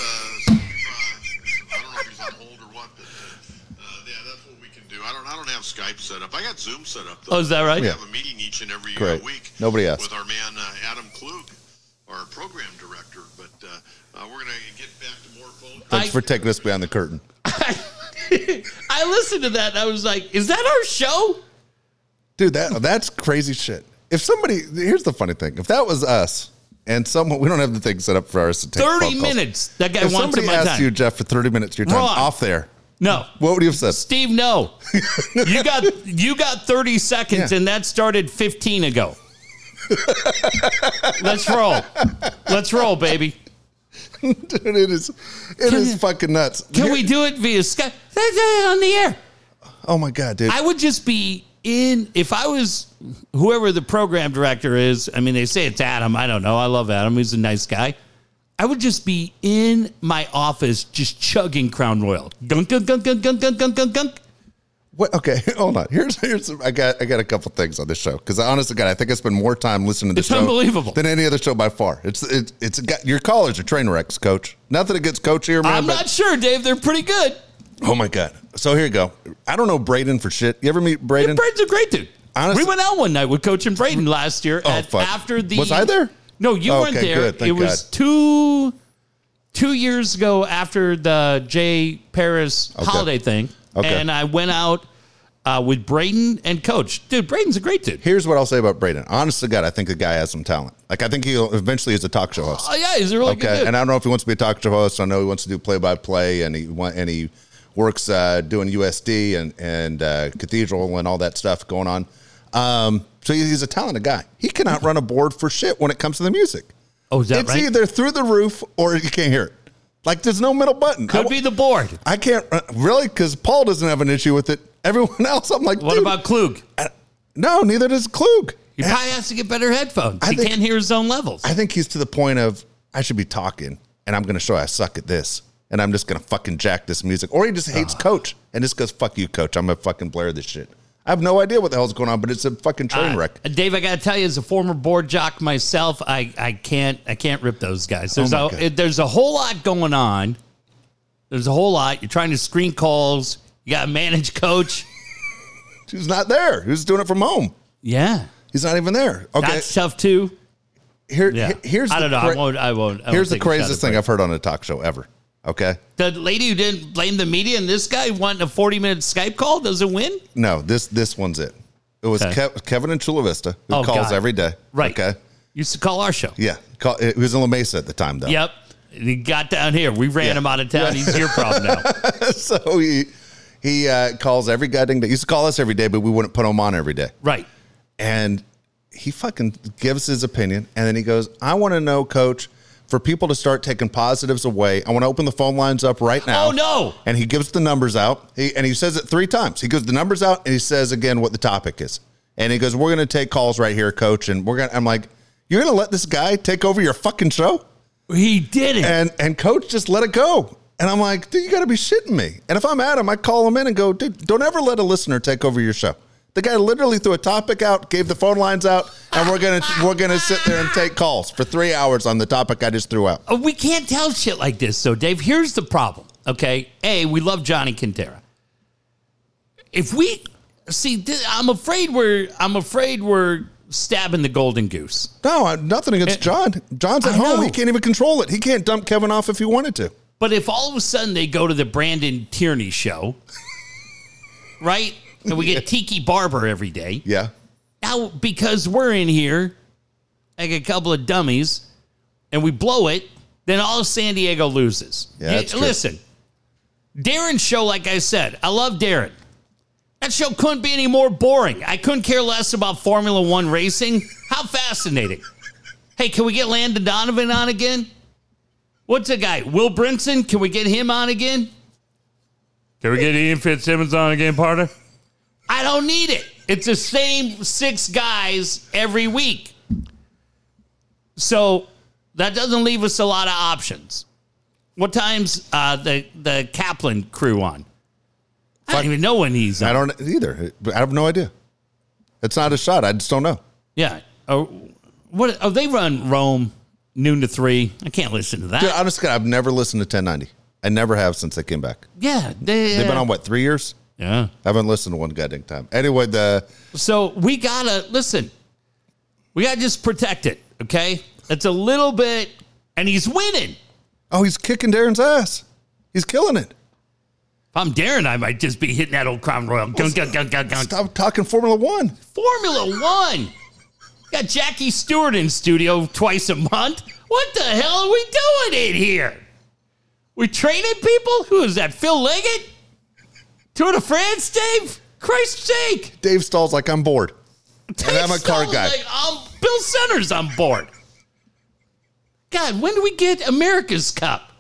uh, uh, I don't know if he's on hold or what, but uh, yeah, that's what we can do. I don't. I don't have Skype set up. I got Zoom set up. Though. Oh, is that right? We have a meeting each and every uh, Great. week. Nobody asked. With our man uh, Adam Klug, our program director. But uh, uh, we're gonna get back to more phone. Thanks I- for taking us behind the curtain. I listened to that and I was like, is that our show? Dude, that that's crazy shit. If somebody, here's the funny thing. If that was us and someone, we don't have the thing set up for us to take 30 phone calls. minutes. That guy If wants somebody my asked time. you, Jeff, for 30 minutes of your time Wrong. off there, no. what would you have said? Steve, no. You got you got 30 seconds Yeah. and that started 15 ago. Let's roll. Let's roll, baby. Dude, it is, it is fucking nuts. Can we do it via Skype? That's it on the air. Oh my god, dude. I would just be in if I was whoever the program director is. I mean, they say it's Adam. I don't know. I love Adam. He's a nice guy. I would just be in my office just chugging Crown Royal. Gunk, gunk, gunk, gunk, gunk, gunk, gunk, gunk, gunk. What? Okay, hold on. Here's here's I got I got a couple things on this show because honestly, God, I think I spend more time listening to this It's show unbelievable. than any other show by far. It's it's it's got your callers are train wrecks, Coach. Nothing against Coach here, man. I'm but- not sure, Dave. They're pretty good. oh my God. So here you go. I don't know Braden for shit. You ever meet Braden? Braden's a great dude. Honestly- we went out one night with Coach and Braden last year. Oh, at- fuck. After the Was I there? Oh, No, you Okay, weren't there. good. Thank it was God. two two years ago after the Jay Paris Okay. holiday thing, Okay. and I went out uh, with Braden and Coach. Dude, Braden's a great dude. Here's what I'll say about Braden. Honest to God, I think the guy has some talent. Like I think he'll eventually is a talk show host. Oh yeah, he's a really good Okay, dude. and I don't know if he wants to be a talk show host. I know he wants to do play by play, and he wa- and he works uh, doing USD and and uh, Cathedral and all that stuff going on. Um, so he- he's a talented guy. He cannot run a board for shit when it comes to the music. oh, is that it's right? either through the roof or you can't hear it. Like there's no middle button. I, Could be the board. I can't uh, really because Paul doesn't have an issue with it. Everyone else, I'm like, What dude, about Klug? no? Neither does Klug. He probably has to get better headphones. I he think- can't hear his own levels. I think he's to the point of I should be talking and I'm going to show I suck at this and I'm just going to fucking jack this music. Or he just Ah. hates coach and just goes, fuck you, coach. I'm going to fucking blare this shit. I have no idea what the hell's going on, but it's a fucking train wreck. Uh, Dave, I gotta tell you, as a former board jock myself, I, I can't I can't rip those guys. There's Oh my a God. it- there's a whole lot going on. There's a whole lot. You're trying to screen calls. You got to manage coach. He's not there. He's doing it from home. Yeah, He's not even there. Okay. that's tough too. Here, Yeah, he- here's I the don't cra- know. I won't. I won't. I won't here's the take a shot at craziest thing Brady. I've heard on a talk show ever. Okay. The lady who didn't blame the media and this guy wanting a 40 minute Skype call doesn't win. No, this this one's it. It was Okay. Kev- Kevin in Chula Vista who Oh, calls God. every day. Right. Okay. Used to call our show. Yeah, call, it was in La Mesa at the time, though. Yep. And he got down here. We ran him out of town. He's here problem now. so he he uh, calls every goddamn day. He used to call us every day, but we wouldn't put him on every day. Right. And he fucking gives his opinion, and then he goes, "I want to know, Coach." For people to start taking positives away, I want to open the phone lines up right now. Oh, no. And he gives the numbers out, he, and he says it three times. He goes the numbers out, and he says again what the topic is. And he goes, "We're going to take calls right here, Coach." And we're going. to I'm like, "You're going to let this guy take over your fucking show?" He did it. and and coach just let it go. And I'm like, dude, you got to be shitting me. And if I'm at him, I call him in and go, dude, don't ever let a listener take over your show. The guy literally threw a topic out, gave the phone lines out, and we're gonna we're gonna sit there and take calls for three hours on the topic I just threw out. Uh, we can't tell shit like this. So, Dave, here's the problem. Okay. A, we love Johnny Quintera. If we see, th- I'm afraid we're, I'm afraid we're stabbing the golden goose. No, I- nothing against John. John's at I home. know. He can't even control it. He can't dump Kevin off if he wanted to. But if all of a sudden they go to the Brandon Tierney show, right? And we get Tiki Barber every day. Yeah, Now, because we're in here like a couple of dummies and we blow it, then all of San Diego loses. Yeah, You- that's true. Listen, Darren's show, like I said, I love Darren. That show couldn't be any more boring. I couldn't care less about Formula One racing. How fascinating. Hey, can we get Landon Donovan on again? What's the guy? Will Brinson? Can we get him on again? Can we get Ian Fitzsimmons on again, partner? I don't need it. It's the same six guys every week. So that doesn't leave us a lot of options. What time's uh, the the Kaplan crew on? I don't even know when he's I on. don't either. I have no idea. It's not a shot. I just don't know. Yeah. Oh, what? Oh, they run Rome noon to three. I can't listen to that. Dude, honestly, I've never listened to 1090. I never have since they came back. yeah, they, They've been on what three years? Yeah. I haven't listened to one goddamn time. Anyway, the So we gotta listen. We gotta just protect it. Okay. It's a little bit, and he's winning. oh, he's kicking Darren's ass. He's killing it. If I'm Darren, I might just be hitting that old Crown Royal. Gun, gun, gun, gun, gun. Stop talking Formula One. Formula One. Got Jackie Stewart in studio twice a month. What the hell are we doing in here? We training people? Who is that? Phil Leggett? Tour de France, Dave? Christ's sake. Dave Stahl's like, I'm bored. Dave I'm a car Stoll's guy. like, um, Bill Center's on board. God, when do we get America's Cup?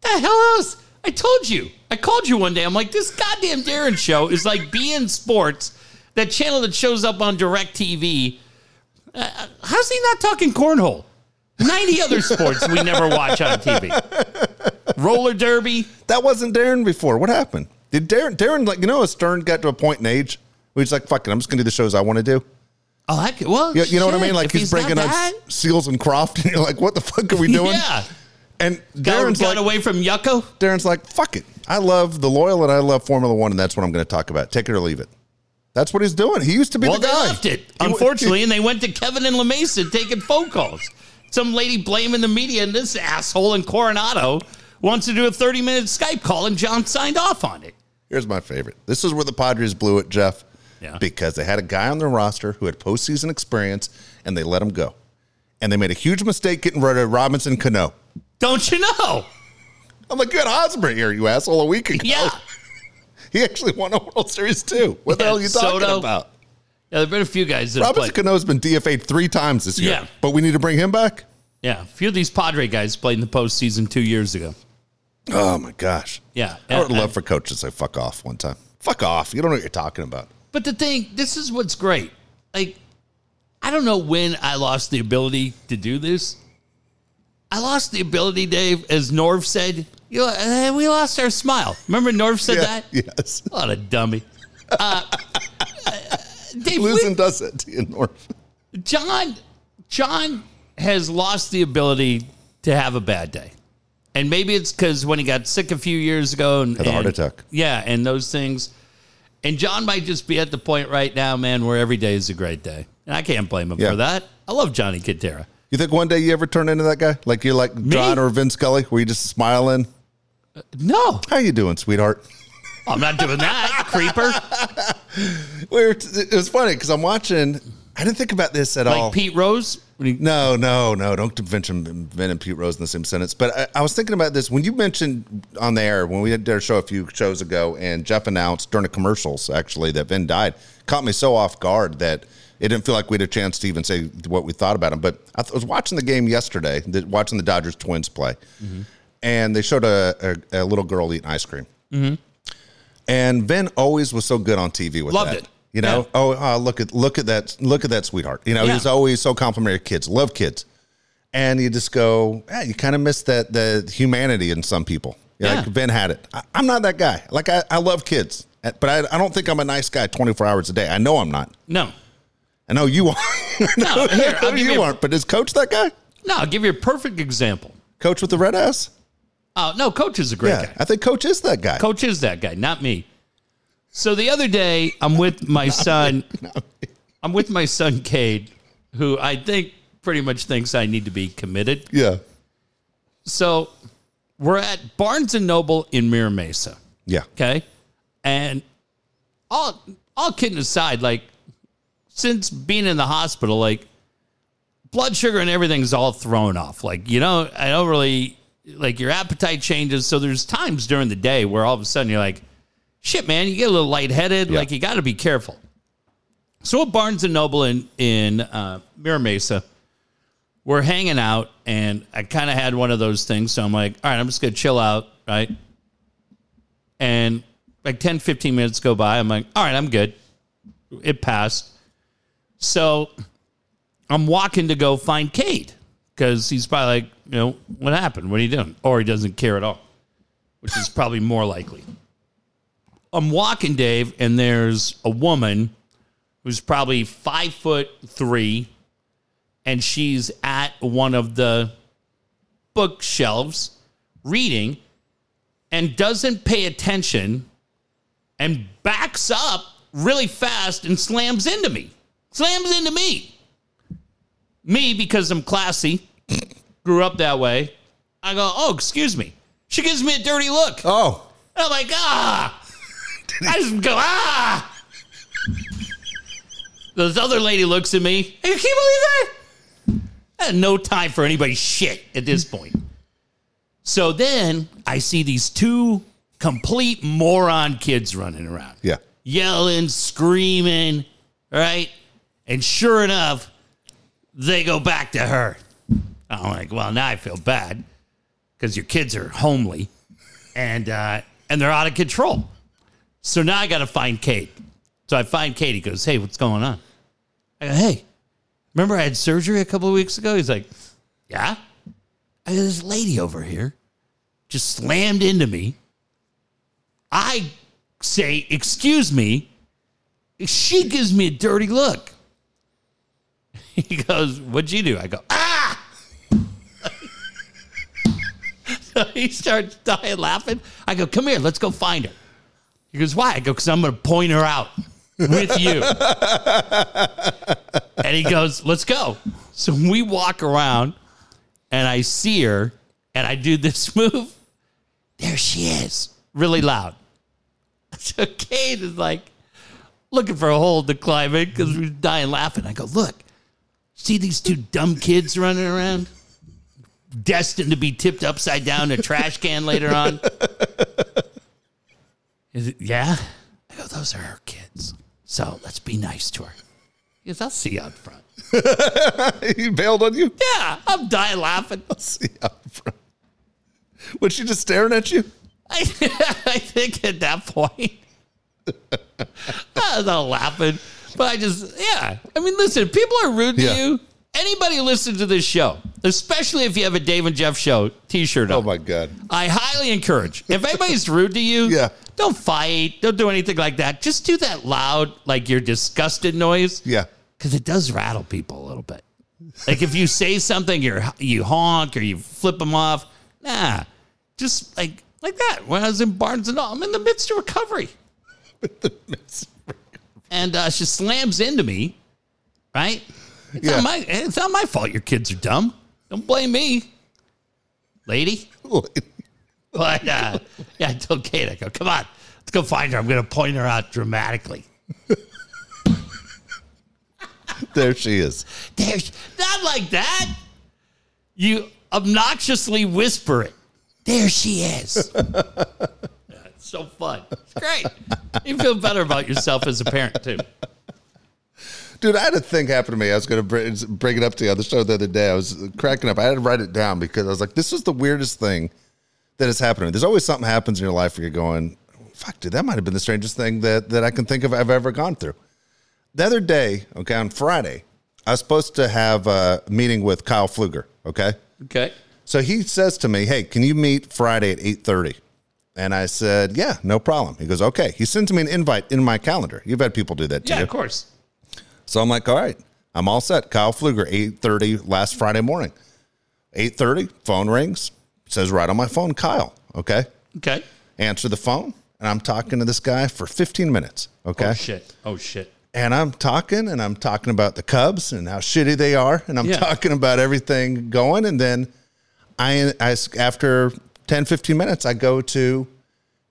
The hell else? I told you. I called you one day. I'm like, this goddamn Darren show is like being sports, that channel that shows up on DirecTV. Uh, how's he not talking cornhole? 90 other sports we never watch on TV. Roller derby. That wasn't Darren before. What happened? Did Darren? Darren, like you know, as Stern got to a point in age where he's like, "Fuck it, I'm just gonna do the shows I want to do." Oh, I could, well, You, you know what I shit, mean? Like if he's, not bringing that- up Seals and Croft, and you're like, "What the fuck are we doing?" Yeah. And Got, Darren's got like, away from Yucco. Darren's like, "Fuck it, I love the loyal and I love Formula One, and that's what I'm gonna talk about. Take it or leave it." That's what he's doing. He used to be Well, the they guy. left it, He- unfortunately, and they went to Kevin and La Mesa taking phone calls. Some lady blaming the media, and this asshole in Coronado wants to do a 30 minute Skype call, and John signed off on it. Here's my favorite. This is where the Padres blew it, Jeff. Yeah. Because they had a guy on their roster who had postseason experience and they let him go. And they made a huge mistake getting rid of Robinson Cano. Don't you know? I'm like, you had Hosmer here, you asshole, a week ago. Yeah. He actually won a World Series too. What the Yeah, hell are you talking Soto. about? Yeah, there have been a few guys that have Robinson played. Cano's been DFA'd three times this year. Yeah. But we need to bring him back? Yeah, a few of these Padre guys played in the postseason two years ago. Oh my gosh. Yeah. I would And- love for coaches to say fuck off one time. Fuck off. You don't know what you're talking about. But the thing, this is what's great. Like, I don't know when I lost the ability to do this. I lost the ability, Dave, as Norv said. You know, eh, we lost our smile. Remember Norv said Yeah, that? yes. What a dummy. Uh, Dave, we- Losing does that to you, North. John, John has lost the ability to have a bad day. And maybe it's because when he got sick a few years ago and Had a heart and- attack. Yeah, and those things. And John might just be at the point right now, man, where every day is a great day. And I can't blame him Yeah. for that. I love Johnny Quintera. You think one day you ever turn into that guy? Like you're like John or Vince Scully, where you just smiling. No, How you doing, sweetheart? I'm not doing that, creeper. We were t- it was funny because I'm watching I didn't think about this at Like all. Pete Rose? When he- No, no, no. Don't mention Vin and Pete Rose in the same sentence. But I, I was thinking about this when you mentioned on the air when we did our show a few shows ago, and Jeff announced during the commercials actually that Vin died. Caught me so off guard that it didn't feel like we had a chance to even say what we thought about him. But I th- was watching the game yesterday, the, watching the Dodgers Twins play, Mm-hmm. and they showed a, a, a little girl eating ice cream. Mm-hmm. And Vin always was so good on TV with Loved that. it. You know, Yeah. oh, ah, look at look at that look at that sweetheart. You know, Yeah. he's always so complimentary of kids, love kids, and you just go, yeah, you kind of miss that the humanity in some people. Yeah, like Yeah. Vin had it. I, I'm not that guy. Like I, I love kids, Uh, but I, I don't think I'm a nice guy 24 hours a day. I know I'm not. No. I know you are. No, here, I'll give you you- aren't. But is Coach that guy? No, I'll give you a perfect example. Coach with the red ass? Oh, no, Coach is a great yeah, guy. I think Coach is that guy. Coach is that guy, not me. So the other day, I'm with my son. I'm with my son, Cade, who I think pretty much thinks I need to be committed. Yeah, So we're at Barnes and Noble in Mira Mesa. yeah, Okay. And all all kidding aside, like since being in the hospital, like blood sugar and everything's all thrown off. Like, you know, I don't really like your appetite changes. So there's times during the day where all of a sudden you're like, shit, man, you get a little lightheaded. Yeah. Like you gotta be careful. So at Barnes and Noble in, in uh Mira Mesa, we're hanging out and I kind of had one of those things. So I'm like, all right, I'm just gonna chill out, right? and like 10 15 minutes go by i'm like all right i'm good it passed so i'm walking to go find kate because he's probably like you know what happened what are you doing or he doesn't care at all which is probably more likely i'm walking dave and there's a woman who's probably five foot three and she's at one of the bookshelves reading and doesn't pay attention and backs up really fast and slams into me. Slams into me. Me, because I'm classy, grew up that way. I go, oh, excuse me. She gives me a dirty look. And Oh, I'm like, ah. I just go, ah. this other lady looks at me. Hey, can you believe that? I had no time for anybody's shit at this point. So then I see these two complete moron kids running around, yeah. yelling, screaming, right? And sure enough, they go back to her. I'm like, well, now I feel bad because your kids are homely and uh, and they're out of control. So now I got to find Kate. So I find Kate. He goes, hey, what's going on? I go, hey, remember I had surgery a couple of weeks ago? He's like, yeah. I go, this lady over here just slammed into me. I say, excuse me. She gives me a dirty look. He goes, what'd you do? I go, ah! so he starts dying laughing. I go, come here, let's go find her. He goes, why? I go, because I'm going to point her out with you. and he goes, let's go. So we walk around and I see her and I do this move. There she is, really loud. So Kate is like looking for a hole to climb in because we're dying laughing. I go, look, see these two dumb kids running around, destined to be tipped upside down in a trash can later on. Is it, yeah? I go, those are her kids. So let's be nice to her. He goes, I'll see you out front. he bailed on you. Yeah, I'm dying laughing. See out front. Was she just staring at you? I, I think at that point, I was all laughing, but I just, yeah. I mean, listen, people are rude to Yeah. you. Anybody who listens to this show, especially if you have a Dave and Jeff show T-shirt on, Oh my god. I highly encourage. If anybody's rude to you, Yeah. don't fight, don't do anything like that. Just do that loud, like your disgusted noise, Yeah. because it does rattle people a little bit. Like if you say something, you you honk or you flip them off. Nah, just like like that. When I was in Barnes and Noble, I'm in the midst of recovery, and uh, she slams into me. Right? It's Yeah. not my it's not my fault. Your kids are dumb. Don't blame me, lady. But uh, yeah, I told Kate, I go, come on, let's go find her. I'm going to point her out dramatically. there she is. There's not like that. You obnoxiously whisper it. There she is. Yeah, it's so fun. It's great. You feel better about yourself as a parent too. Dude, I had a thing happen to me. I was going to bring, bring it up to you on the show the other day. I was cracking up. I had to write it down because I was like, this is the weirdest thing that is happening. There's always something happens in your life where you're going, fuck, dude, that might have been the strangest thing that, that I can think of I've ever gone through. The other day, okay, on Friday, I was supposed to have a meeting with Kyle Pfluger, okay? Okay. So he says to me, hey, can you meet Friday at 8.30? And I said, yeah, no problem. He goes, okay. He sends me an invite in my calendar. You've had people do that to Yeah, you. of course. So I'm like, all right, I'm all set. Kyle Pfluger, 8.30 last Friday morning. 8.30, phone rings. It says right on my phone, Kyle, okay? Okay. Answer the phone, and I'm talking to this guy for 15 minutes, okay? Oh shit. Oh shit. and I'm talking and I'm talking about the Cubs and how shitty they are and I'm Yeah. talking about everything going and then I, I after 10 15 minutes I go to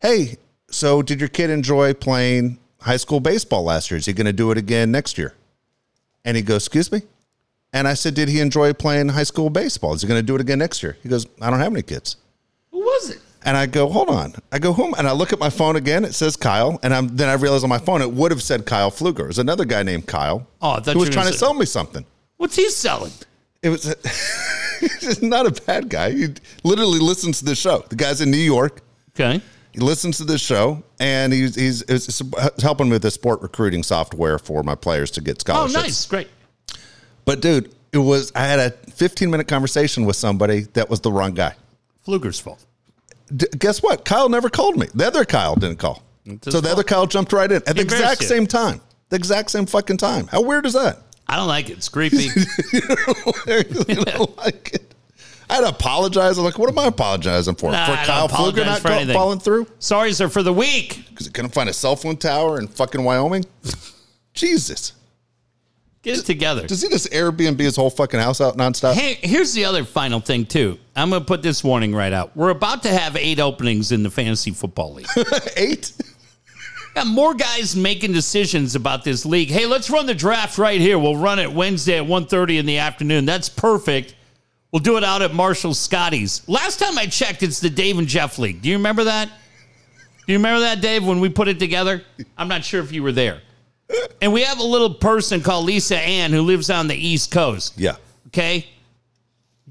hey so did your kid enjoy playing high school baseball last year is he going to do it again next year and he goes excuse me and I said did he enjoy playing high school baseball is he going to do it again next year he goes I don't have any kids Who was it? and I go, hold on. I go home and I look at my phone again. It says Kyle, and I'm then I realize on my phone it would have said Kyle Fluger. It was another guy named Kyle Oh, I who thought was you were trying to gonna say- sell me something. What's he selling? It was he's not a bad guy. He literally listens to the show. The guy's in New York. Okay. He listens to the show, and he's he's, he's helping me with the sport recruiting software for my players to get Oh, scholarships. nice. Great. But dude, it was I had a 15 minute conversation with somebody that was the wrong guy. Pfluger's fault. D- guess what? Kyle never called me. The other Kyle didn't call. his So the other Kyle jumped right in at the embarrassed exact you. same time. The exact same fucking time. How weird is that? I don't like it. It's creepy. I don't like it. I had to apologize. I'm like, what am I apologizing for? Nah, for I don't Kyle apologize Pfluger not for go- anything. falling through? Sorry, sir, for the week. Because he couldn't find a cell phone tower in fucking Wyoming? Jesus. Get it together. Does he just Airbnb his whole fucking house out nonstop? Hey, here's the other final thing too. I'm going to put this warning right out. We're about to have eight openings in the fantasy football league. Eight? Got more guys making decisions about this league. Hey, let's run the draft right here. We'll run it Wednesday at 1.30 in the afternoon. That's perfect. We'll do it out at Marshall Scotty's. Last time I checked, it's the Dave and Jeff League. Do you remember that? Do you remember that, Dave, when we put it together? I'm not sure if you were there. And we have a little person called Lisa Ann who lives on the East Coast Yeah. okay?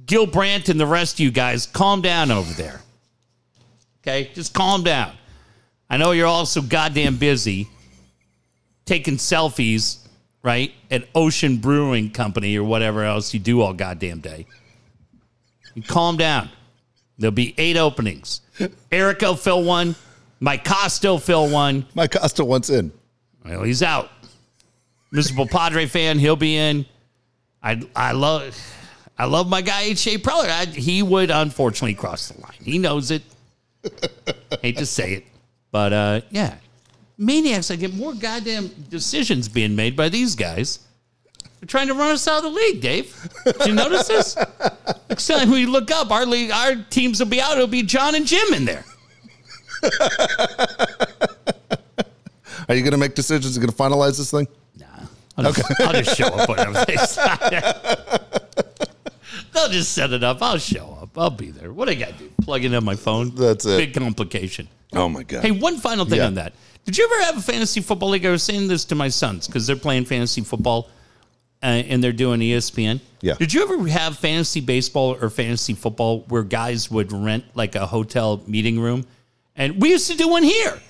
Gil Brandt and the rest of you guys, calm down over there. Okay? Just calm down. I know you're all so goddamn busy taking selfies, right? At Ocean Brewing Company or whatever else you do all goddamn day. You calm down. There'll be eight openings. Erico fill one. Mike Costo fill one. My Costa wants in. Well, he's out. Miserable Padre fan, he'll be in. I I love I love my guy H.A. Preller. I, he would unfortunately cross the line. He knows it. Hate to say it. But uh, yeah. Maniacs, I get more goddamn decisions being made by these guys. They're trying to run us out of the league, Dave. Did you notice this? Next time we look up, our league, our teams will be out. It'll be John and Jim in there. Are you going to make decisions? Are you going to finalize this thing? Nah. I'll, just, I'll just show up whenever they sign They'll just set it up. I'll show up. I'll be there. What do I got to do? Plug it in my phone? That's it. Big complication. Oh, my God. Hey, one final thing Yeah. on that. Did you ever have a fantasy football league? I was saying this to my sons because they're playing fantasy football uh, and they're doing ESPN. Yeah. Did you ever have fantasy baseball or fantasy football where guys would rent like a hotel meeting room? And we used to do one here.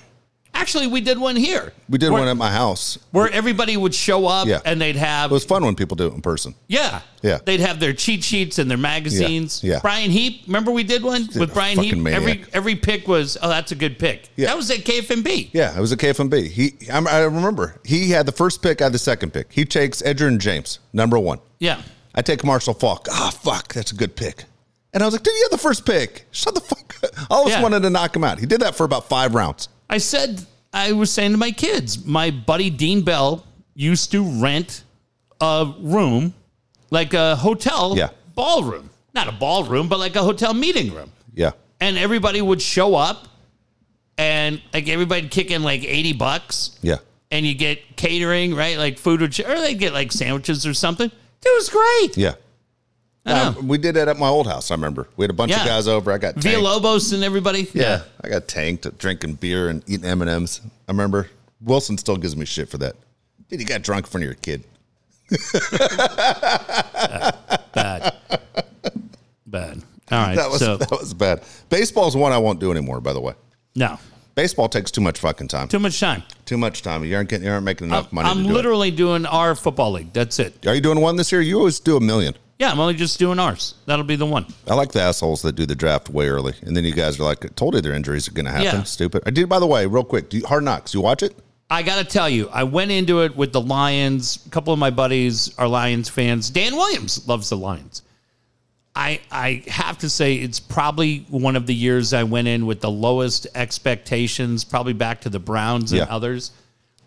Actually, we did one here. we did Where- one at my house. where everybody would show up Yeah. and they'd have It was fun when people do it in person. yeah Yeah. they'd have their cheat sheets and their magazines Yeah. Brian Heap remember we did one with Brian fucking Heap maniac. every every pick was oh that's a good pick Yeah. that was at KFMB Yeah, it was a KFMB. He, I, I remember he had the first pick, I had the second pick. He takes Edger and James, number one. yeah I take Marshall Falk. Ah, fuck, that's a good pick. And I was like, dude, you had the first pick. Shut the fuck up. I always Yeah. wanted to knock him out. He did that for about five rounds. I said I was saying to my kids my buddy Dean Bell used to rent a room like a hotel Yeah. ballroom not a ballroom but like a hotel meeting room Yeah. and everybody would show up and like everybody'd kick in like 80 bucks Yeah. and you get catering, right? Like food or, ch- or they get like sandwiches or something. It was great. Yeah. I know. Um, we did that at my old house. I remember we had a bunch Yeah. of guys over. I got tanked. Via Lobos and everybody. Yeah, I got tanked at drinking beer and eating M and M's. I remember Wilson still gives me shit for that. Dude, you got drunk in front of your kid. Bad. Bad. All right. That was so, that was bad. Baseball's one I won't do anymore. By the way, no. baseball takes too much fucking time. Too, Too much time. much time. You aren't getting. You aren't making enough money. I'm to do it. literally doing our football league. That's it. Are you doing one this year? You always do a million. Yeah, I'm only just doing ours. That'll be the one. I like the assholes that do the draft way early, and then you guys are like, I "Told you their injuries are going to happen." Yeah. Stupid. I did. By the way, real quick, do you, Hard Knocks. You watch it? I got to tell you, I went into it with the Lions. A couple of my buddies are Lions fans. Dan Williams loves the Lions. I I have to say it's probably one of the years I went in with the lowest expectations, probably back to the Browns and Yeah. others.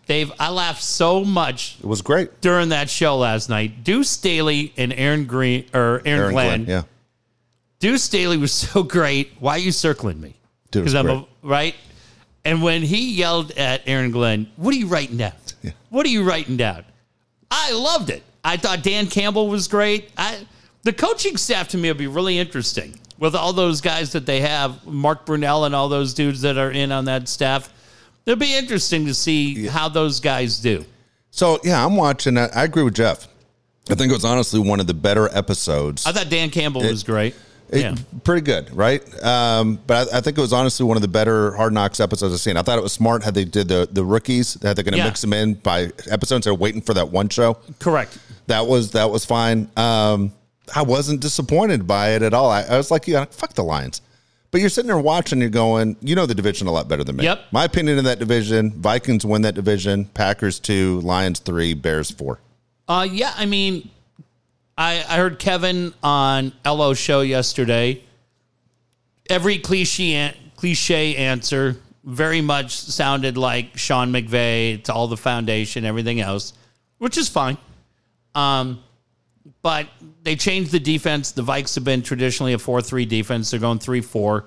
They've I laughed so much It was great. during that show last night. Deuce Daly and Aaron Green or Aaron, Aaron Glenn. Glenn. Yeah. Deuce Daly was so great. Why are you circling me? Dude, it was I'm great. a, right. And when he yelled at Aaron Glenn, "What are you writing down? What are you writing down?" I loved it. I thought Dan Campbell was great. I the coaching staff to me will be really interesting with all those guys that they have, Mark Brunell and all those dudes that are in on that staff. It'll be interesting to see how those guys do. So yeah, I'm watching. that. I agree with Jeff. I think it was honestly one of the better episodes. I thought Dan Campbell was great. It- yeah. Pretty good, right? Um, but I, I think it was honestly one of the better Hard Knocks episodes I've seen. I thought it was smart how they did the the rookies. That they're going to Yeah. mix them in by episodes. They're waiting for that one show. Correct. That was that was fine. Um, I wasn't disappointed by it at all. I, I was like, yeah, fuck the Lions. But you're sitting there watching. You're going, you know the division a lot better than me. Yep. My opinion of that division: Vikings win that division. Packers two, Lions three, Bears four. Uh, yeah, I mean, I, I heard Kevin on LO show yesterday. Every cliche an- cliche answer very much sounded like Sean McVay. It's all the foundation, everything else, which is fine. Um, but they changed the defense. The Vikes have been traditionally a four three defense. They're going three four,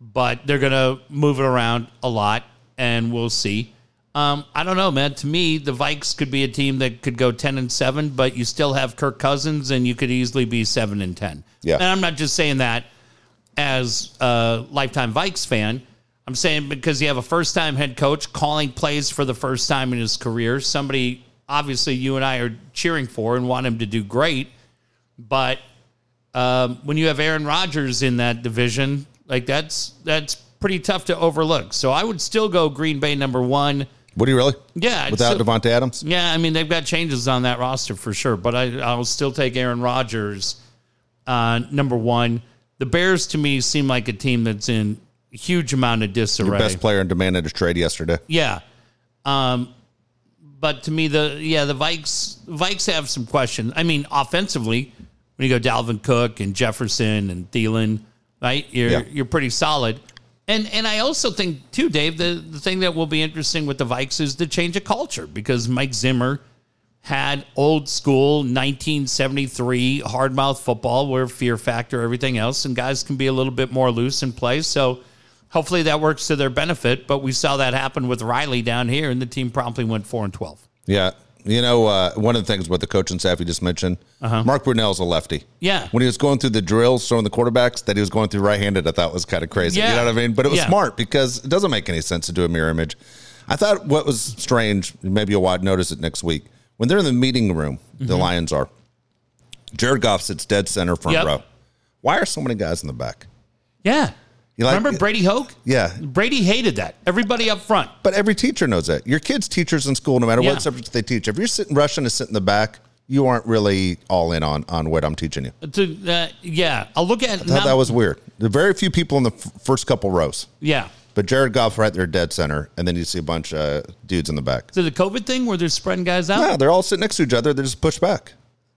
but they're gonna move it around a lot, and we'll see. Um, I don't know, man. To me, the Vikes could be a team that could go ten and seven, but you still have Kirk Cousins, and you could easily be seven and ten. Yeah. and I'm not just saying that as a lifetime Vikes fan. I'm saying because you have a first time head coach calling plays for the first time in his career, somebody obviously you and I are cheering for and want him to do great. But um, when you have Aaron Rodgers in that division, like that's that's pretty tough to overlook. So I would still go Green Bay number one. What do you really? Yeah, I'd Without still- Devonte Adams. Yeah, I mean they've got changes on that roster for sure, but I, I'll still take Aaron Rodgers uh, number one. The Bears to me seem like a team that's in huge amount of disarray. Best player and demanded a trade yesterday. Yeah. Um, but to me, the yeah the Vikes Vikes have some question. I mean, offensively, when you go Dalvin Cook and Jefferson and Thielen, right? You're Yeah. you're pretty solid. And and I also think too, Dave, the, the thing that will be interesting with the Vikes is the change of culture because Mike Zimmer had old school 1973 hardmouth football where fear factor everything else and guys can be a little bit more loose in play so hopefully that works to their benefit but we saw that happen with riley down here and the team promptly went 4 and 12 Yeah. You know, uh, one of the things with the coaching staff you just mentioned, Mark Brunell's a lefty. Uh-huh. Yeah. When he was going through the drills, throwing the quarterbacks that he was going through right handed, I thought was kind of crazy. Yeah. You know what I mean? But it was Yeah. smart because it doesn't make any sense to do a mirror image. I thought what was strange, maybe you'll wa- notice it next week, when they're in the meeting room, the Mm-hmm. Lions are, Jared Goff sits dead center front Yep. row. Why are so many guys in the back? yeah You like- remember brady hoke Yeah. brady hated that everybody up front But every teacher knows that. Your kids' teachers in school, no matter Yeah. what subject they teach, if you're sitting rushing to sit in the back, you aren't really all in on on what I'm teaching you. to, uh, yeah i'll look at That, not- that was weird. There are very few people in the f- first couple rows, yeah but Jared Goff right there, dead center, and then you see a bunch of dudes in the back. to the covid thing where they're spreading guys out Yeah, they're all sitting next to each other. They're just pushed back.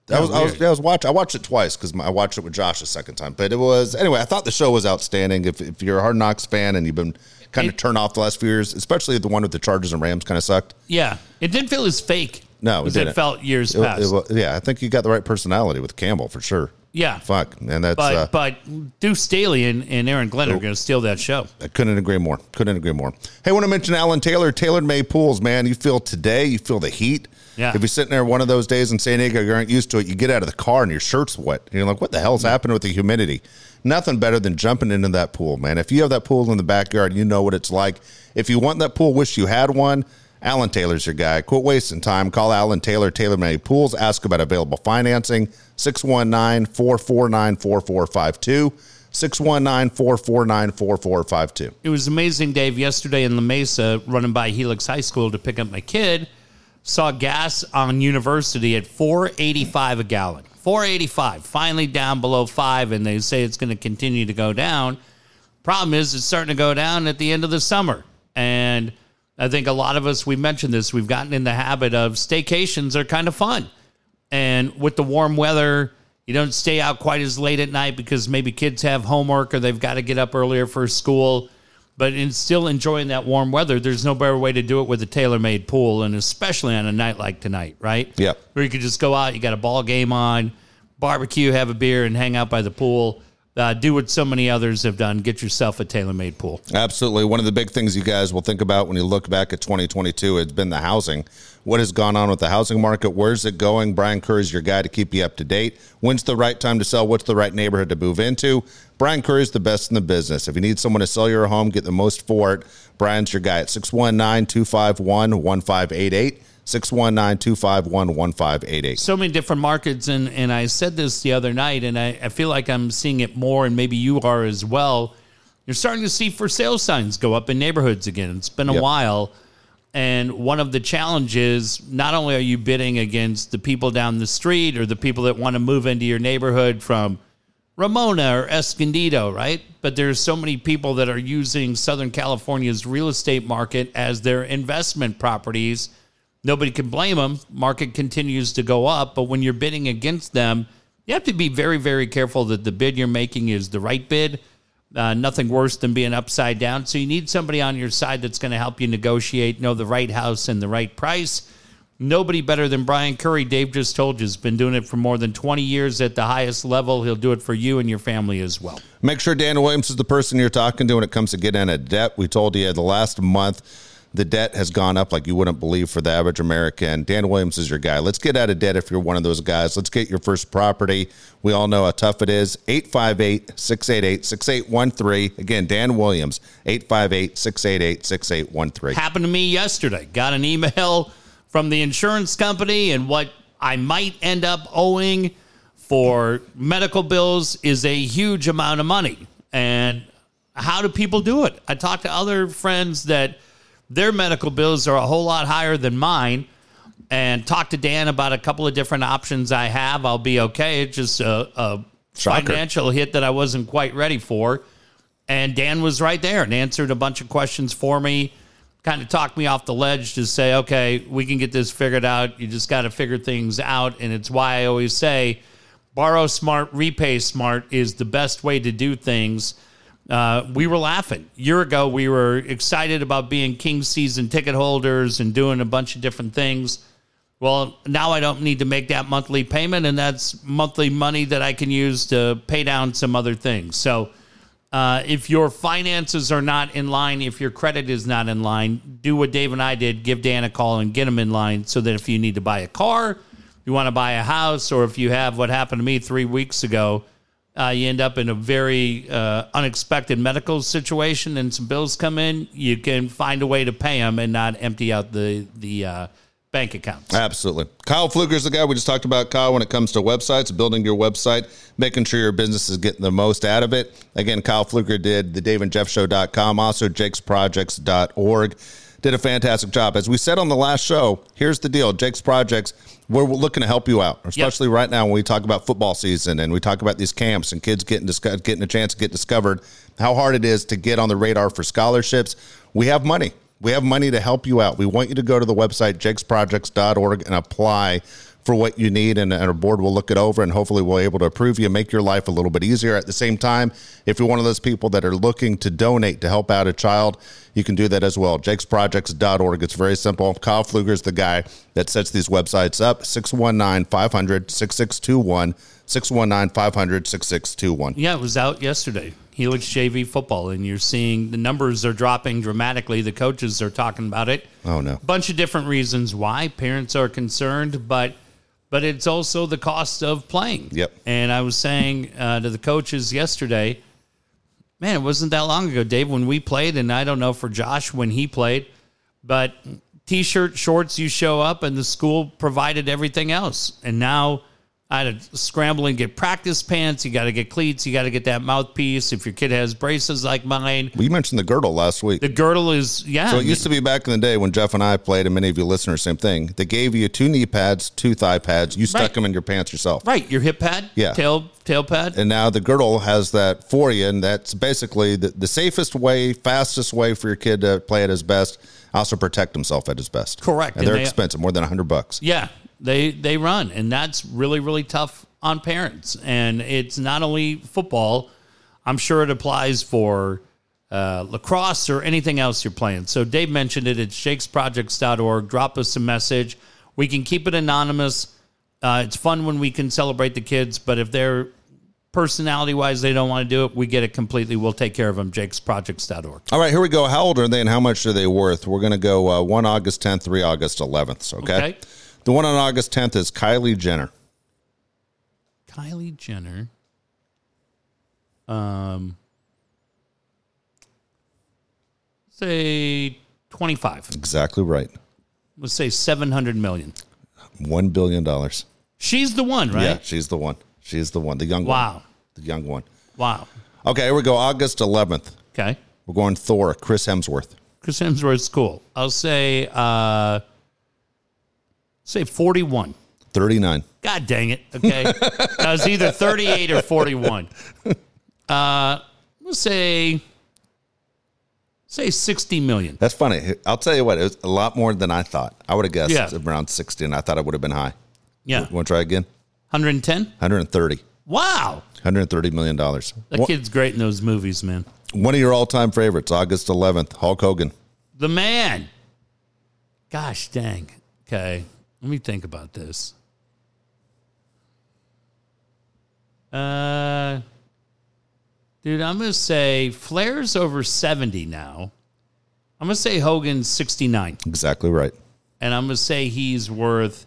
I Yeah, was, I was, weird. I was watching. I watched it twice because I watched it with Josh a second time. But it was anyway. I thought the show was outstanding. If, if you're a Hard Knocks fan and you've been kind of It- turned off the last few years, especially the one with the Chargers and Rams, kind of sucked. yeah it didn't feel as fake No, it as it didn't. felt years It- past it wa- yeah, I think you got the right personality with Campbell for sure. Yeah. Fuck. And that's But uh, but Deuce Staley and, and Aaron Glenn are Nope. going to steal that show. I couldn't agree more. Couldn't agree more. Hey, want to mention Alan Taylor, Taylor May Pools, man. You feel today, you feel the heat. Yeah. If you're sitting there one of those days in San Diego, you aren't used to it. You get out of the car and your shirt's wet. And you're like, what the hell's happened with the humidity? Nothing better than jumping into that pool, man. If you have that pool in the backyard, you know what it's like. If you want that pool, wish you had one. Alan Taylor's your guy. Quit wasting time. Call Alan Taylor, Taylor May Pools. Ask about available financing. 619 449 4452. 619 449 4452. It was amazing, Dave. Yesterday in La Mesa, running by Helix High School to pick up my kid, saw gas on University at four eighty five a gallon. Four eighty five, finally down below five, and they say it's going to continue to go down. Problem is, it's starting to go down at the end of the summer, and I think a lot of us we mentioned this. We've gotten in the habit of staycations are kind of fun. And with the warm weather, you don't stay out quite as late at night because maybe kids have homework or they've got to get up earlier for school. But in still enjoying that warm weather, there's no better way to do it with a tailor made pool, and especially on a night like tonight, right? Yeah. Where you could just go out, you got a ball game on, barbecue, have a beer, and hang out by the pool. Uh, do what so many others have done get yourself a tailor made pool. Absolutely. One of the big things you guys will think about when you look back at 2022 has been the housing. What has gone on with the housing market? Where's it going? Brian Kerr is your guy to keep you up to date. When's the right time to sell? What's the right neighborhood to move into? Brian Kerr is the best in the business. If you need someone to sell your home, get the most for it. Brian's your guy at 619 251 1588. 619 251 1588. so many different markets and and I said this the other night and I, I feel like I'm seeing it more and maybe you are as well. You're starting to see for sale signs go up in neighborhoods again. It's been a Yep. while. And one of the challenges, not only are you bidding against the people down the street or the people that want to move into your neighborhood from Ramona or Escondido, right? But there's so many people that are using Southern California's real estate market as their investment properties. Nobody can blame them. Market continues to go up, but when you're bidding against them, you have to be very, very careful that the bid you're making is the right bid. Uh, nothing worse than being upside down. So you need somebody on your side that's going to help you negotiate, know the right house and the right price. Nobody better than Brian Curry. Dave just told you, has been doing it for more than 20 years at the highest level. He'll do it for you and your family as well. Make sure Dan Williams is the person you're talking to when it comes to getting out of debt. We told you the last month the debt has gone up like you wouldn't believe for the average American. Dan Williams is your guy. Let's get out of debt if you're one of those guys. Let's get your first property. We all know how tough it is. 858 688 6813. Again, Dan Williams, 858 688 6813. happened to me yesterday. Got an email from the insurance company, and what I might end up owing for medical bills is a huge amount of money. And how do people do it? I talked to other friends that their medical bills are a whole lot higher than mine. And talked to Dan about a couple of different options I have. I'll be okay. It's just a, a Shocker. financial hit that I wasn't quite ready for. And Dan was right there and answered a bunch of questions for me, kind of talked me off the ledge to say, okay, we can get this figured out. You just got to figure things out. And it's why I always say, borrow smart, repay smart is the best way to do things. Uh, we were laughing. A year ago, we were excited about being King season ticket holders and doing a bunch of different things. Well, now I don't need to make that monthly payment, and that's monthly money that I can use to pay down some other things. So, uh, if your finances are not in line, if your credit is not in line, do what Dave and I did. Give Dan a call and get him in line so that if you need to buy a car, you want to buy a house, or if you have what happened to me three weeks ago, uh, you end up in a very uh, unexpected medical situation and some bills come in, you can find a way to pay them and not empty out the, the uh, bank accounts. Absolutely. Kyle Fluker's the guy we just talked about, Kyle, when it comes to websites, building your website, making sure your business is getting the most out of it. Again, Kyle Fluker did the DaveandJeffShow.com, also Jake'sProjects.org. Did a fantastic job. As we said on the last show, here's the deal Jake's Projects, we're looking to help you out, especially right now when we talk about football season and we talk about these camps and kids getting, disco- getting a chance to get discovered, how hard it is to get on the radar for scholarships. We have money. We have money to help you out. We want you to go to the website jakesprojects.org and apply for what you need, and, and our board will look it over, and hopefully we'll be able to approve you, make your life a little bit easier. At the same time, if you're one of those people that are looking to donate to help out a child, you can do that as well. Jake'sProjects.org. It's very simple. Kyle Pfluger is the guy that sets these websites up. 619 500 6621. 619 500 6621. Yeah, it was out yesterday. Helix JV football, and you're seeing the numbers are dropping dramatically. The coaches are talking about it. Oh, no. bunch of different reasons why parents are concerned, but but it's also the cost of playing. Yep. And I was saying uh, to the coaches yesterday, man, it wasn't that long ago, Dave, when we played, and I don't know for Josh when he played, but t-shirt, shorts, you show up, and the school provided everything else, and now. I had to scramble and get practice pants. You got to get cleats. You got to get that mouthpiece. If your kid has braces like mine, We mentioned the girdle last week. the girdle is yeah. So it used to be back in the day when Jeff and I played, and many of you listeners, same thing. They gave you two knee pads, two thigh pads. You stuck Right. them in your pants yourself. Right, your hip pad, Yeah. tail tail pad. And now the girdle has that for you, and that's basically the, the safest way, fastest way for your kid to play at his best, also protect himself at his best. Correct. And, And they're they- expensive, more than a hundred bucks. yeah, they they run, and that's really really tough on parents. And it's not only football; I'm sure it applies for uh, lacrosse or anything else you're playing. So Dave mentioned it. It's shakesprojects.org. Drop us a message. We can keep it anonymous. Uh, it's fun when we can celebrate the kids, but if they're personality wise they don't want to do it, we get it completely. We'll take care of them. Jakesprojects.org. All right, here we go. How old are they, and how much are they worth? We're going to go uh, one August tenth, three August eleventh. Okay? Okay. The one on August tenth is Kylie Jenner. Kylie Jenner. Um, say twenty-five. Exactly right. Let's say seven hundred million. One billion dollars. She's the one, right? Yeah, she's the one. She's the one. The young one. Wow. The young one. Wow. Okay, here we go. August 11th. Okay. We're going Thor, Chris Hemsworth. Chris Hemsworth's cool. I'll say, uh, say forty-one. 39. God dang it. Okay. I was either 38 or 41. Uh, let's say, say 60 million. That's funny. I'll tell you what, it was a lot more than I thought. I would have guessed Yeah. around 60, and I thought it would have been high. Yeah. You want to try again? 110? 130. Wow. 130 million dollars. That One, kid's great in those movies, man. one of your all-time favorites, August 11th, Hulk Hogan. The man. Gosh dang. Okay. Let me think about this. Uh dude, I'm gonna say Flair's over 70 now. I'm gonna say Hogan's 69. Exactly right. And I'm gonna say he's worth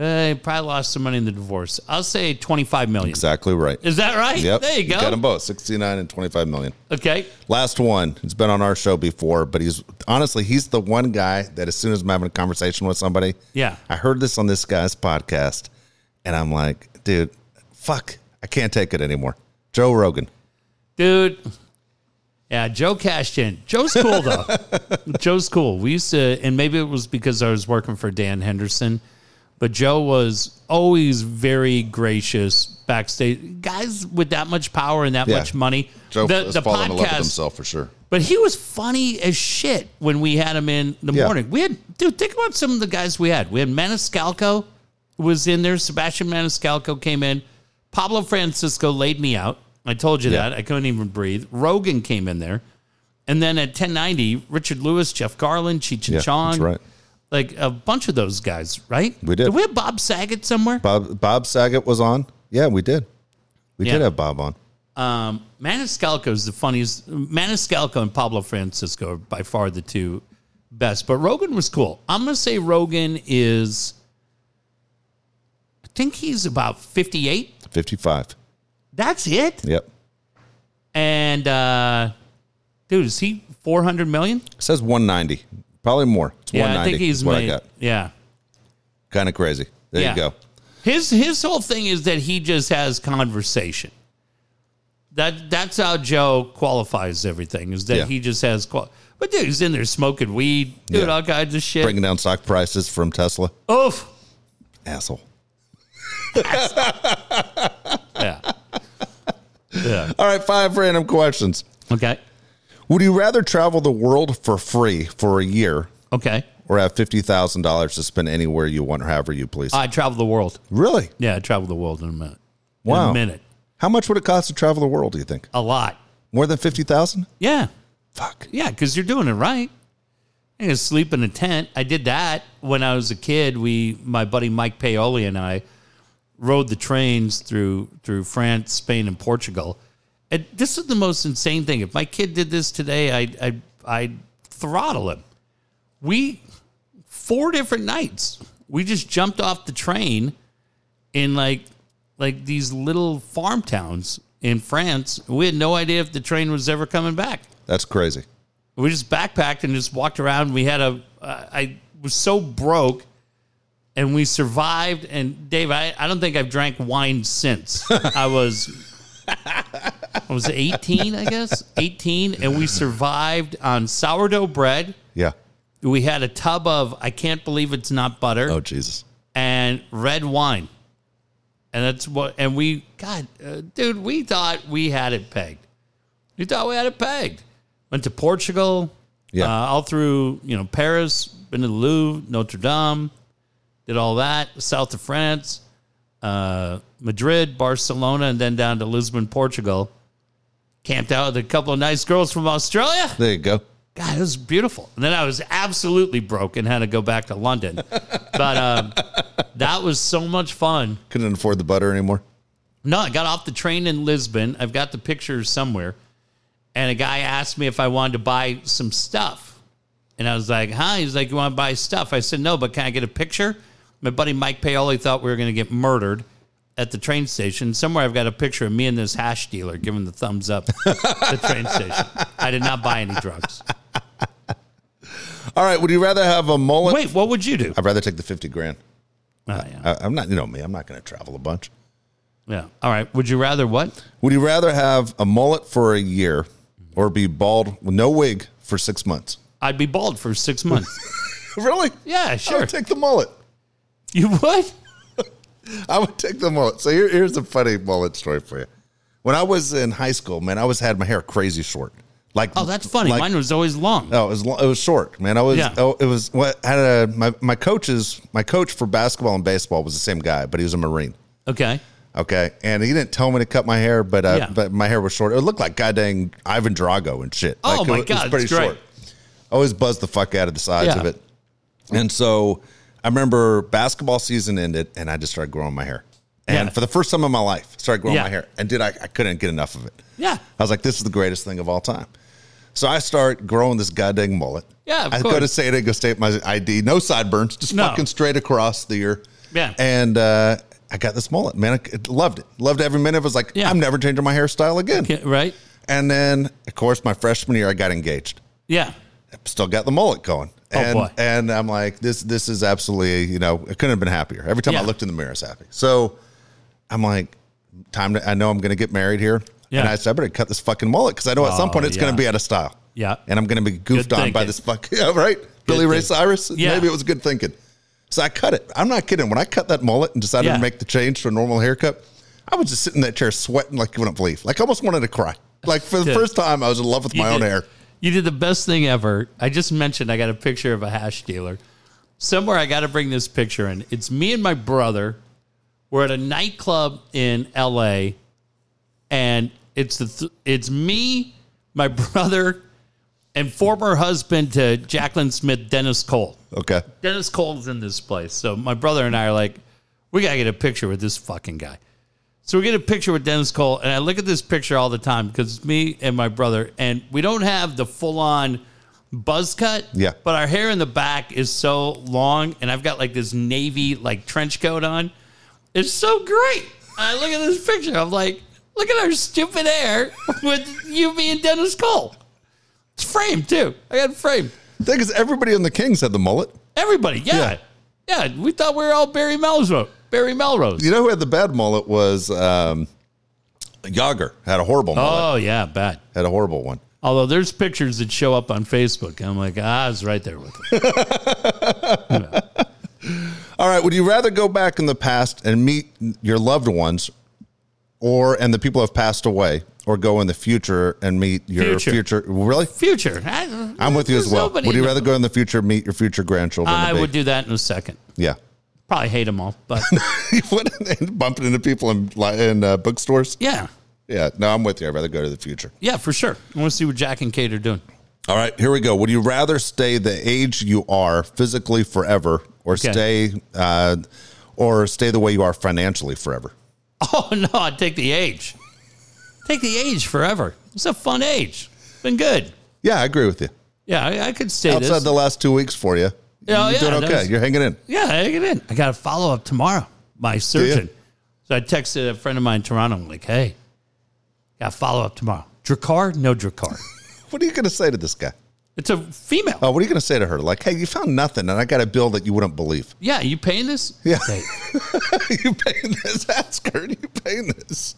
uh, he probably lost some money in the divorce. I'll say 25 million. Exactly right. Is that right? Yep. There you go. Got them both, 69 and 25 million. Okay. Last one. He's been on our show before, but he's honestly he's the one guy that as soon as I'm having a conversation with somebody, Yeah. I heard this on this guy's podcast, and I'm like, dude, fuck, I can't take it anymore. Joe Rogan. dude. Yeah, Joe cashed in. Joe's cool though. Joe's cool. We used to, and maybe it was because I was working for Dan Henderson, but Joe was always very gracious backstage. Guys with that much power and that Yeah. much money, Joe the, has the fallen in love with podcast. himself for sure. But he was funny as shit when we had him in the Yeah. morning. We had, dude, think about some of the guys we had. We had Maniscalco was in there. Sebastian Maniscalco came in. Pablo Francisco laid me out. I told you Yeah. that. I couldn't even breathe. Rogan came in there. And then at 1090, Richard Lewis, Jeff Garland, Cheech and Yeah, Chong. that's right. Like a bunch of those guys, right? We did. Did we have Bob Saget somewhere? Bob Bob Saget was on. Yeah, we did. We Yeah. did have Bob on. Um, Maniscalco is the funniest. Maniscalco and Pablo Francisco are by far the two best, but Rogan was cool. I'm going to say Rogan is, I think he's about 58. 55. That's it. Yep. And, uh, dude, is he 400 million? It says 190. Probably more. It's Yeah, I 190. think he's is what made. I got. Yeah. Kind of crazy. There Yeah. you go. His his whole thing is that he just has conversation. That that's how Joe qualifies everything is that Yeah. he just has qual. But dude, he's in there smoking weed, doing Yeah. all kinds of shit. Bringing down stock prices from Tesla. Oof. Asshole. Yeah. yeah. All right, five random questions. Okay. Would you rather travel the world for free for a year Okay. or have fifty thousand dollars to spend anywhere you want, or however you please. I travel the world. really? Yeah, I travel the world in a minute. In Wow. a minute. How much would it cost to travel the world? Do you think A lot. more than fifty thousand? Yeah. Fuck. Yeah, because you're doing it right. You can sleep in a tent. I did that when I was a kid. We, my buddy Mike Paoli and I, rode the trains through through France, Spain, and Portugal. And this is the most insane thing. If my kid did this today, I I I throttle him. We four different nights. We just jumped off the train in like like these little farm towns in France. We had no idea if the train was ever coming back. That's crazy. We just backpacked and just walked around. We had a. Uh, I was so broke, and we survived. And Dave, I, I don't think I've drank wine since I was. I was eighteen, I guess eighteen, and we survived on sourdough bread. Yeah. We had a tub of I can't believe it's not butter Oh Jesus. and red wine, and that's what. And we, God, uh, dude, we thought we had it pegged. We thought we had it pegged. Went to Portugal, Yeah. uh, all through you know Paris, been to the Louvre, Notre Dame, did all that. South of France, uh, Madrid, Barcelona, and then down to Lisbon, Portugal. Camped out with a couple of nice girls from Australia. There you go. God, it was beautiful. And then I was absolutely broke and had to go back to London. But um, that was so much fun. Couldn't afford the butter anymore. No, I got off the train in Lisbon. I've got the pictures somewhere. And a guy asked me if I wanted to buy some stuff. And I was like, huh? He's like, you want to buy stuff? I said, no, but can I get a picture? My buddy Mike Paoli thought we were going to get murdered at the train station. Somewhere I've got a picture of me and this hash dealer giving the thumbs up at the train station. I did not buy any drugs. All right. Would you rather have a mullet? Wait, what would you do? I'd rather take the fifty grand. Oh, yeah. I, I'm not. You know me. I'm not going to travel a bunch. Yeah. All right. Would you rather what? Would you rather have a mullet for a year or be bald with no wig for six months? I'd be bald for six months. Really? yeah, I sure. would Oh, take the mullet. you would? I would take the mullet. So here, here's a funny mullet story for you. When I was in high school, man, I always had my hair crazy short. Like Oh, that's funny. Like, Mine was always long. no, Oh, it was lo- it was short, man. I was Yeah. oh, it was what had a my my coaches my coach for basketball and baseball was the same guy, but he was a marine. Okay. Okay, and he didn't tell me to cut my hair, but uh, Yeah. but my hair was short. It looked like goddamn Ivan Drago and shit. Oh Like, it, my was- it was God, it's great. I always buzzed the fuck out of the sides Yeah. of it, and so I remember basketball season ended, and I just started growing my hair, and Yeah. for the first time in my life, started growing Yeah. my hair, and did I, I couldn't get enough of it. Yeah. I was like, this is the greatest thing of all time. So I start growing this goddamn mullet. Yeah, of I go course. to San Diego State, my ID, no sideburns, just No. fucking straight across the ear. Yeah. And uh, I got this mullet, man. I c- loved it. Loved every minute. of it. I was like, Yeah. I'm never changing my hairstyle again. Okay, right? And then, of course, my freshman year, I got engaged. Yeah. Still got the mullet going. Oh, and, boy. and I'm like, this this is absolutely, you know, I couldn't have been happier. Every time Yeah. I looked in the mirror, I was happy. So I'm like, time to, I know I'm going to get married here. Yeah. And I said, I better cut this fucking mullet because I know at some Oh, point it's yeah. going to be out of style. Yeah. And I'm going to be goofed Good on by thinking. this fuck. Yeah, right? Billy Ray thinking. Cyrus? Yeah. Maybe it was good thinking. So I cut it. I'm not kidding. When I cut that mullet and decided Yeah. to make the change to a normal haircut, I was just sitting in that chair sweating like you wouldn't believe. Like I almost wanted to cry. Like for the Dude. first time, I was in love with You my own did- hair. You did the best thing ever. I just mentioned I got a picture of a hash dealer. Somewhere I got to bring this picture in. It's me and my brother. We're at a nightclub in LA, and it's the th- it's me, my brother, and former husband to Jacqueline Smith, Dennis Cole. Okay. Dennis Cole's in this place. So my brother and I are like, we gotta get a picture with this fucking guy. So we get a picture with Dennis Cole, and I look at this picture all the time because it's me and my brother, and we don't have the full on buzz cut. Yeah. But our hair in the back is so long, and I've got like this navy like trench coat on. It's so great. I look at this picture, I'm like, look at our stupid hair with you being Dennis Cole. It's framed too. I got it framed. thing is, everybody in the Kings had the mullet. Everybody, yeah. yeah. we thought we were all Barry Melrose. Barry Melrose. You know who had the bad mullet was um, Yager. Had a horrible mullet. Oh, yeah, bad. Had a horrible one. Although there's pictures that show up on Facebook. I'm like, ah, I was right there with him. All right. Would you rather go back in the past and meet your loved ones, or and the people who have passed away, or go in the future and meet your Future. future? really? Future. I'm with you as well. Would you rather go in the future meet your future grandchildren? I and would bake? do that in a second. Yeah. Probably hate them all, but You wouldn't- Bumping into people in li- in uh, bookstores. yeah, Yeah. No, I'm with you. I'd rather go to the future. yeah, for sure. I want to see what Jack and Kate are doing. All right, here we go. Would you rather stay the age you are physically forever, or Okay. stay, uh, or stay the way you are financially forever? Oh no, I'd take the age. Take the age forever. It's a fun age. Been good. Yeah, I agree with you. Yeah, I, I could stay Outside this. the last two weeks for you, Yeah, you're Oh, yeah, doing that okay. was- You're hanging in. yeah, I get in. I got a follow up tomorrow. My surgeon. ya? So I texted a friend of mine in Toronto. I'm like, hey, got follow up tomorrow. Dracar? No Dracar. What are you going to say to this guy? it's a female. Oh, what are you going to say to her? Like, hey, you found nothing, and I got a bill that you wouldn't believe. Yeah, you paying this? Yeah. Okay. you paying this? Ask her. You paying this?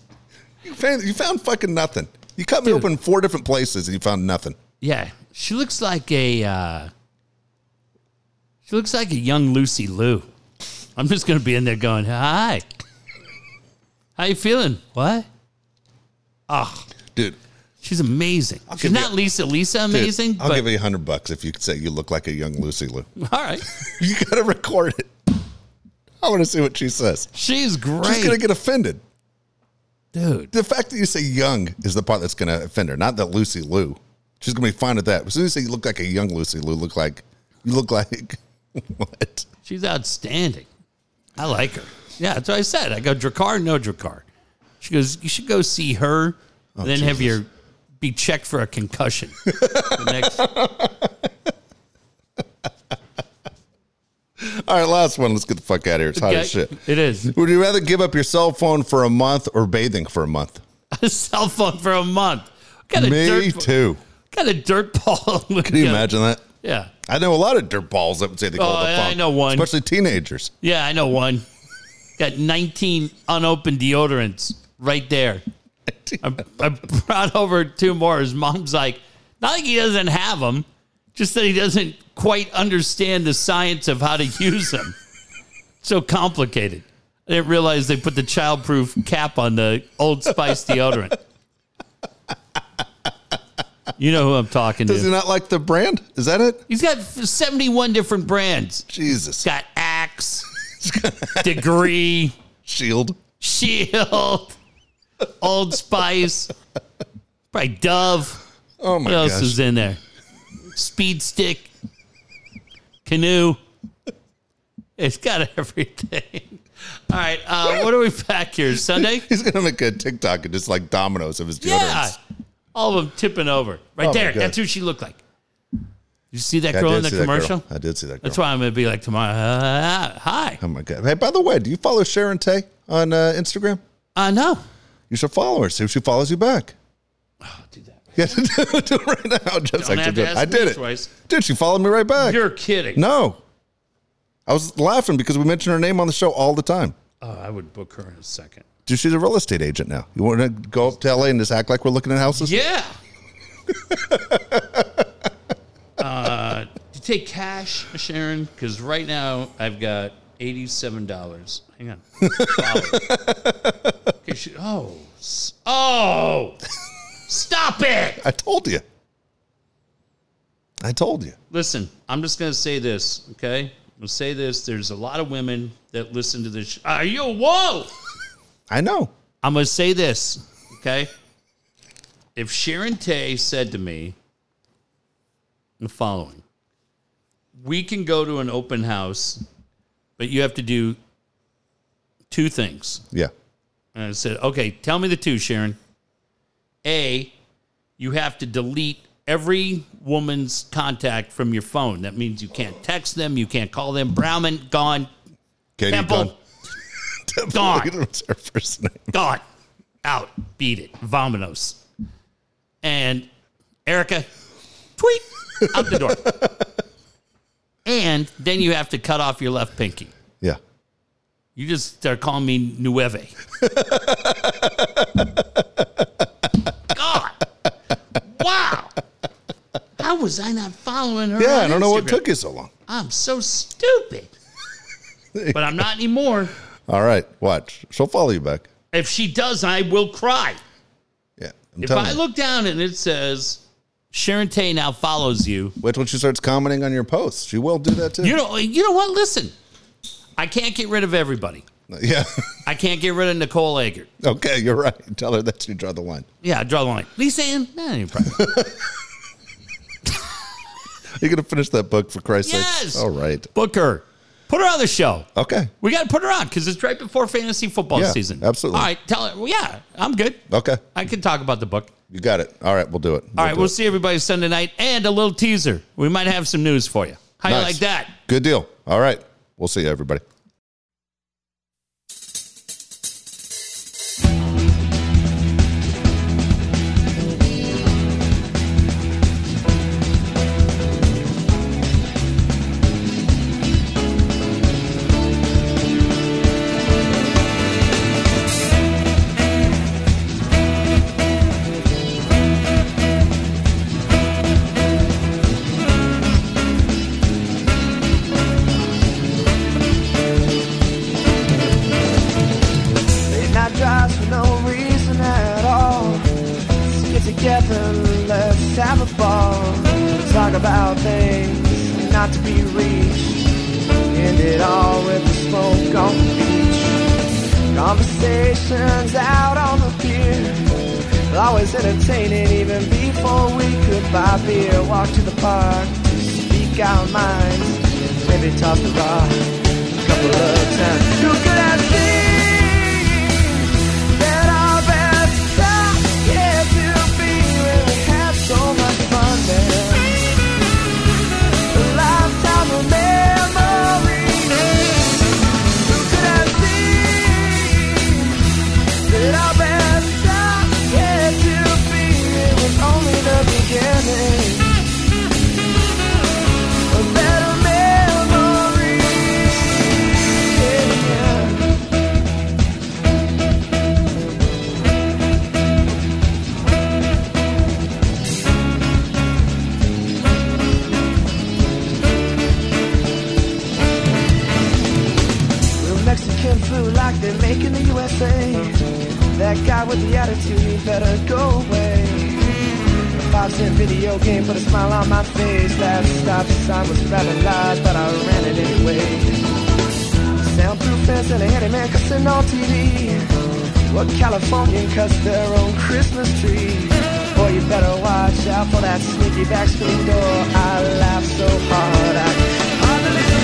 You paying? You found fucking nothing. You cut me Dude. open four different places, and you found nothing. Yeah, she looks like a uh, she looks like a young Lucy Liu. I'm just gonna be in there going, "Hi, how you feeling? What? Ah, Dude, She's amazing. She's give not Lisa Lisa dude, amazing, I'll but give you a hundred bucks if you say you look like a young Lucy Lou. all right, You gotta record it. I want to see what she says. she's great, She's gonna get offended. dude. The fact that you say young is the part that's gonna offend her, not that Lucy Lou. She's gonna be fine with that. As soon as you say you look like a young Lucy Lou, look like you look like what? She's outstanding. I like her. Yeah, that's what I said. I go Dracar, no Dracar. She goes, you should go see her, and then have Oh, Jesus. your be checked for a concussion. the next, All right, last one. Let's get the fuck out of here. It's hot as shit. It is. Would you rather give up your cell phone for a month or bathing for a month? a cell phone for a month. Got a Me dirt, too. Got a dirt ball. Can you imagine that? Yeah, I know a lot of dirt balls that would say they call Oh, the I- I phone. know one. especially teenagers. yeah, I know one. Got 19 unopened deodorants right there. I, I brought over two more. His mom's like, not like he doesn't have them, just that he doesn't quite understand the science of how to use them. so complicated. I didn't realize they put the childproof cap on the Old Spice deodorant. You know who I'm talking to. Does he not like the brand? Is that it? He's got 71 different brands. He's Jesus. got Axe, Degree, Shield. Shield, Old Spice, probably Dove. Oh my What else gosh. is in there? Speed Stick, Canoe. It's got everything. All right. Uh, what are we back here? Sunday? He's gonna make a TikTok and just like dominoes of his Yeah. deodorants. All of them tipping over. Right Oh, my there. God. That's who she looked like. You see that I girl did in the see that girl. commercial? I did see that girl. That's why I'm going to be like tomorrow. Uh, hi. Oh my god! Hey, by the way, do you follow Sharon Tay on uh, Instagram? Uh, no. Oh, You should follow her. See if she follows you back. Do that. Yeah, do it right now. Just like have you to did. ask I did me it, twice. dude. She followed me right back. You're kidding. no, I was laughing because we mention her name on the show all the time. Oh, I would book her in a second. Dude, she's a real estate agent now. You want to go up to LA and just act like we're looking at houses? Yeah. uh, do you take cash, Sharon? Because right now I've got eighty-seven dollars. Hang on. okay, she, oh, s- oh, stop it! I told you. I told you. Listen, I'm just gonna say this. Okay, I'm gonna say this. There's a lot of women that listen to this. Sh- Are you whoa? I know. I'm going to say this, okay? If Sharon Tay said to me the following We can go to an open house, but you have to do two things. Yeah. And I said, Okay, tell me the two, Sharon. A, you have to delete every woman's contact from your phone. That means you can't text them, you can't call them. Browman, gone. Katie Temple, gone. It was her first name. God, out, beat it, vominos. And Erica, tweet, out the door. and then you have to cut off your left pinky. Yeah. You just start calling me Nueve. God, wow. How was I not following her? Yeah, I on don't know what Instagram? took you so long. I'm so stupid. but I'm not anymore. All right, watch. She'll follow you back. If she does, I will cry. Yeah. I'm if telling I you. look down and it says Sharon Tate now follows you, Wait till she starts commenting on your posts. She will do that too. you know, you know what? Listen, I can't get rid of everybody. yeah. I can't get rid of Nicole Eggert. okay, you're right. Tell her that you draw the line. Yeah, I draw the line. Lisa Ann, not any problem. You're gonna finish that book for Christ's Yes! sake. All right. Book her. Put her on the show. Okay. We got to put her on because it's right before fantasy football Yeah, season. absolutely. All right, tell her. Well, yeah, I'm good. Okay. I can talk about the book. You got it. All right, we'll do it. All right, do we'll it. see everybody Sunday night and a little teaser. We might have some news for you. How you Nice. like that? Good deal. All right. We'll see you, everybody. Late night drives for no reason at all. Let's get together, and let's have a ball. Talk about things not to be reached. End it all with a smoke on the beach. Conversations out on the pier. Always entertaining even before we could buy beer. Walk to the park, speak our minds, maybe toss the rock a couple of times. You could have seen that our best times yet to be. We had so much fun then. A lifetime of memories. You could have seen that our best times yet to be. It was only the beginning. A better memory. Yeah. Real Mexican food like they make in the USA. That guy with the attitude, he better go away. A five cent video game put a smile on my face. That stop sign was rather large, but I ran it anyway. Soundproof fence and a handyman cussing on TV. What Californian cuts their own Christmas tree? Boy, you better watch out for that sneaky back screen door. I laughed so hard I hardly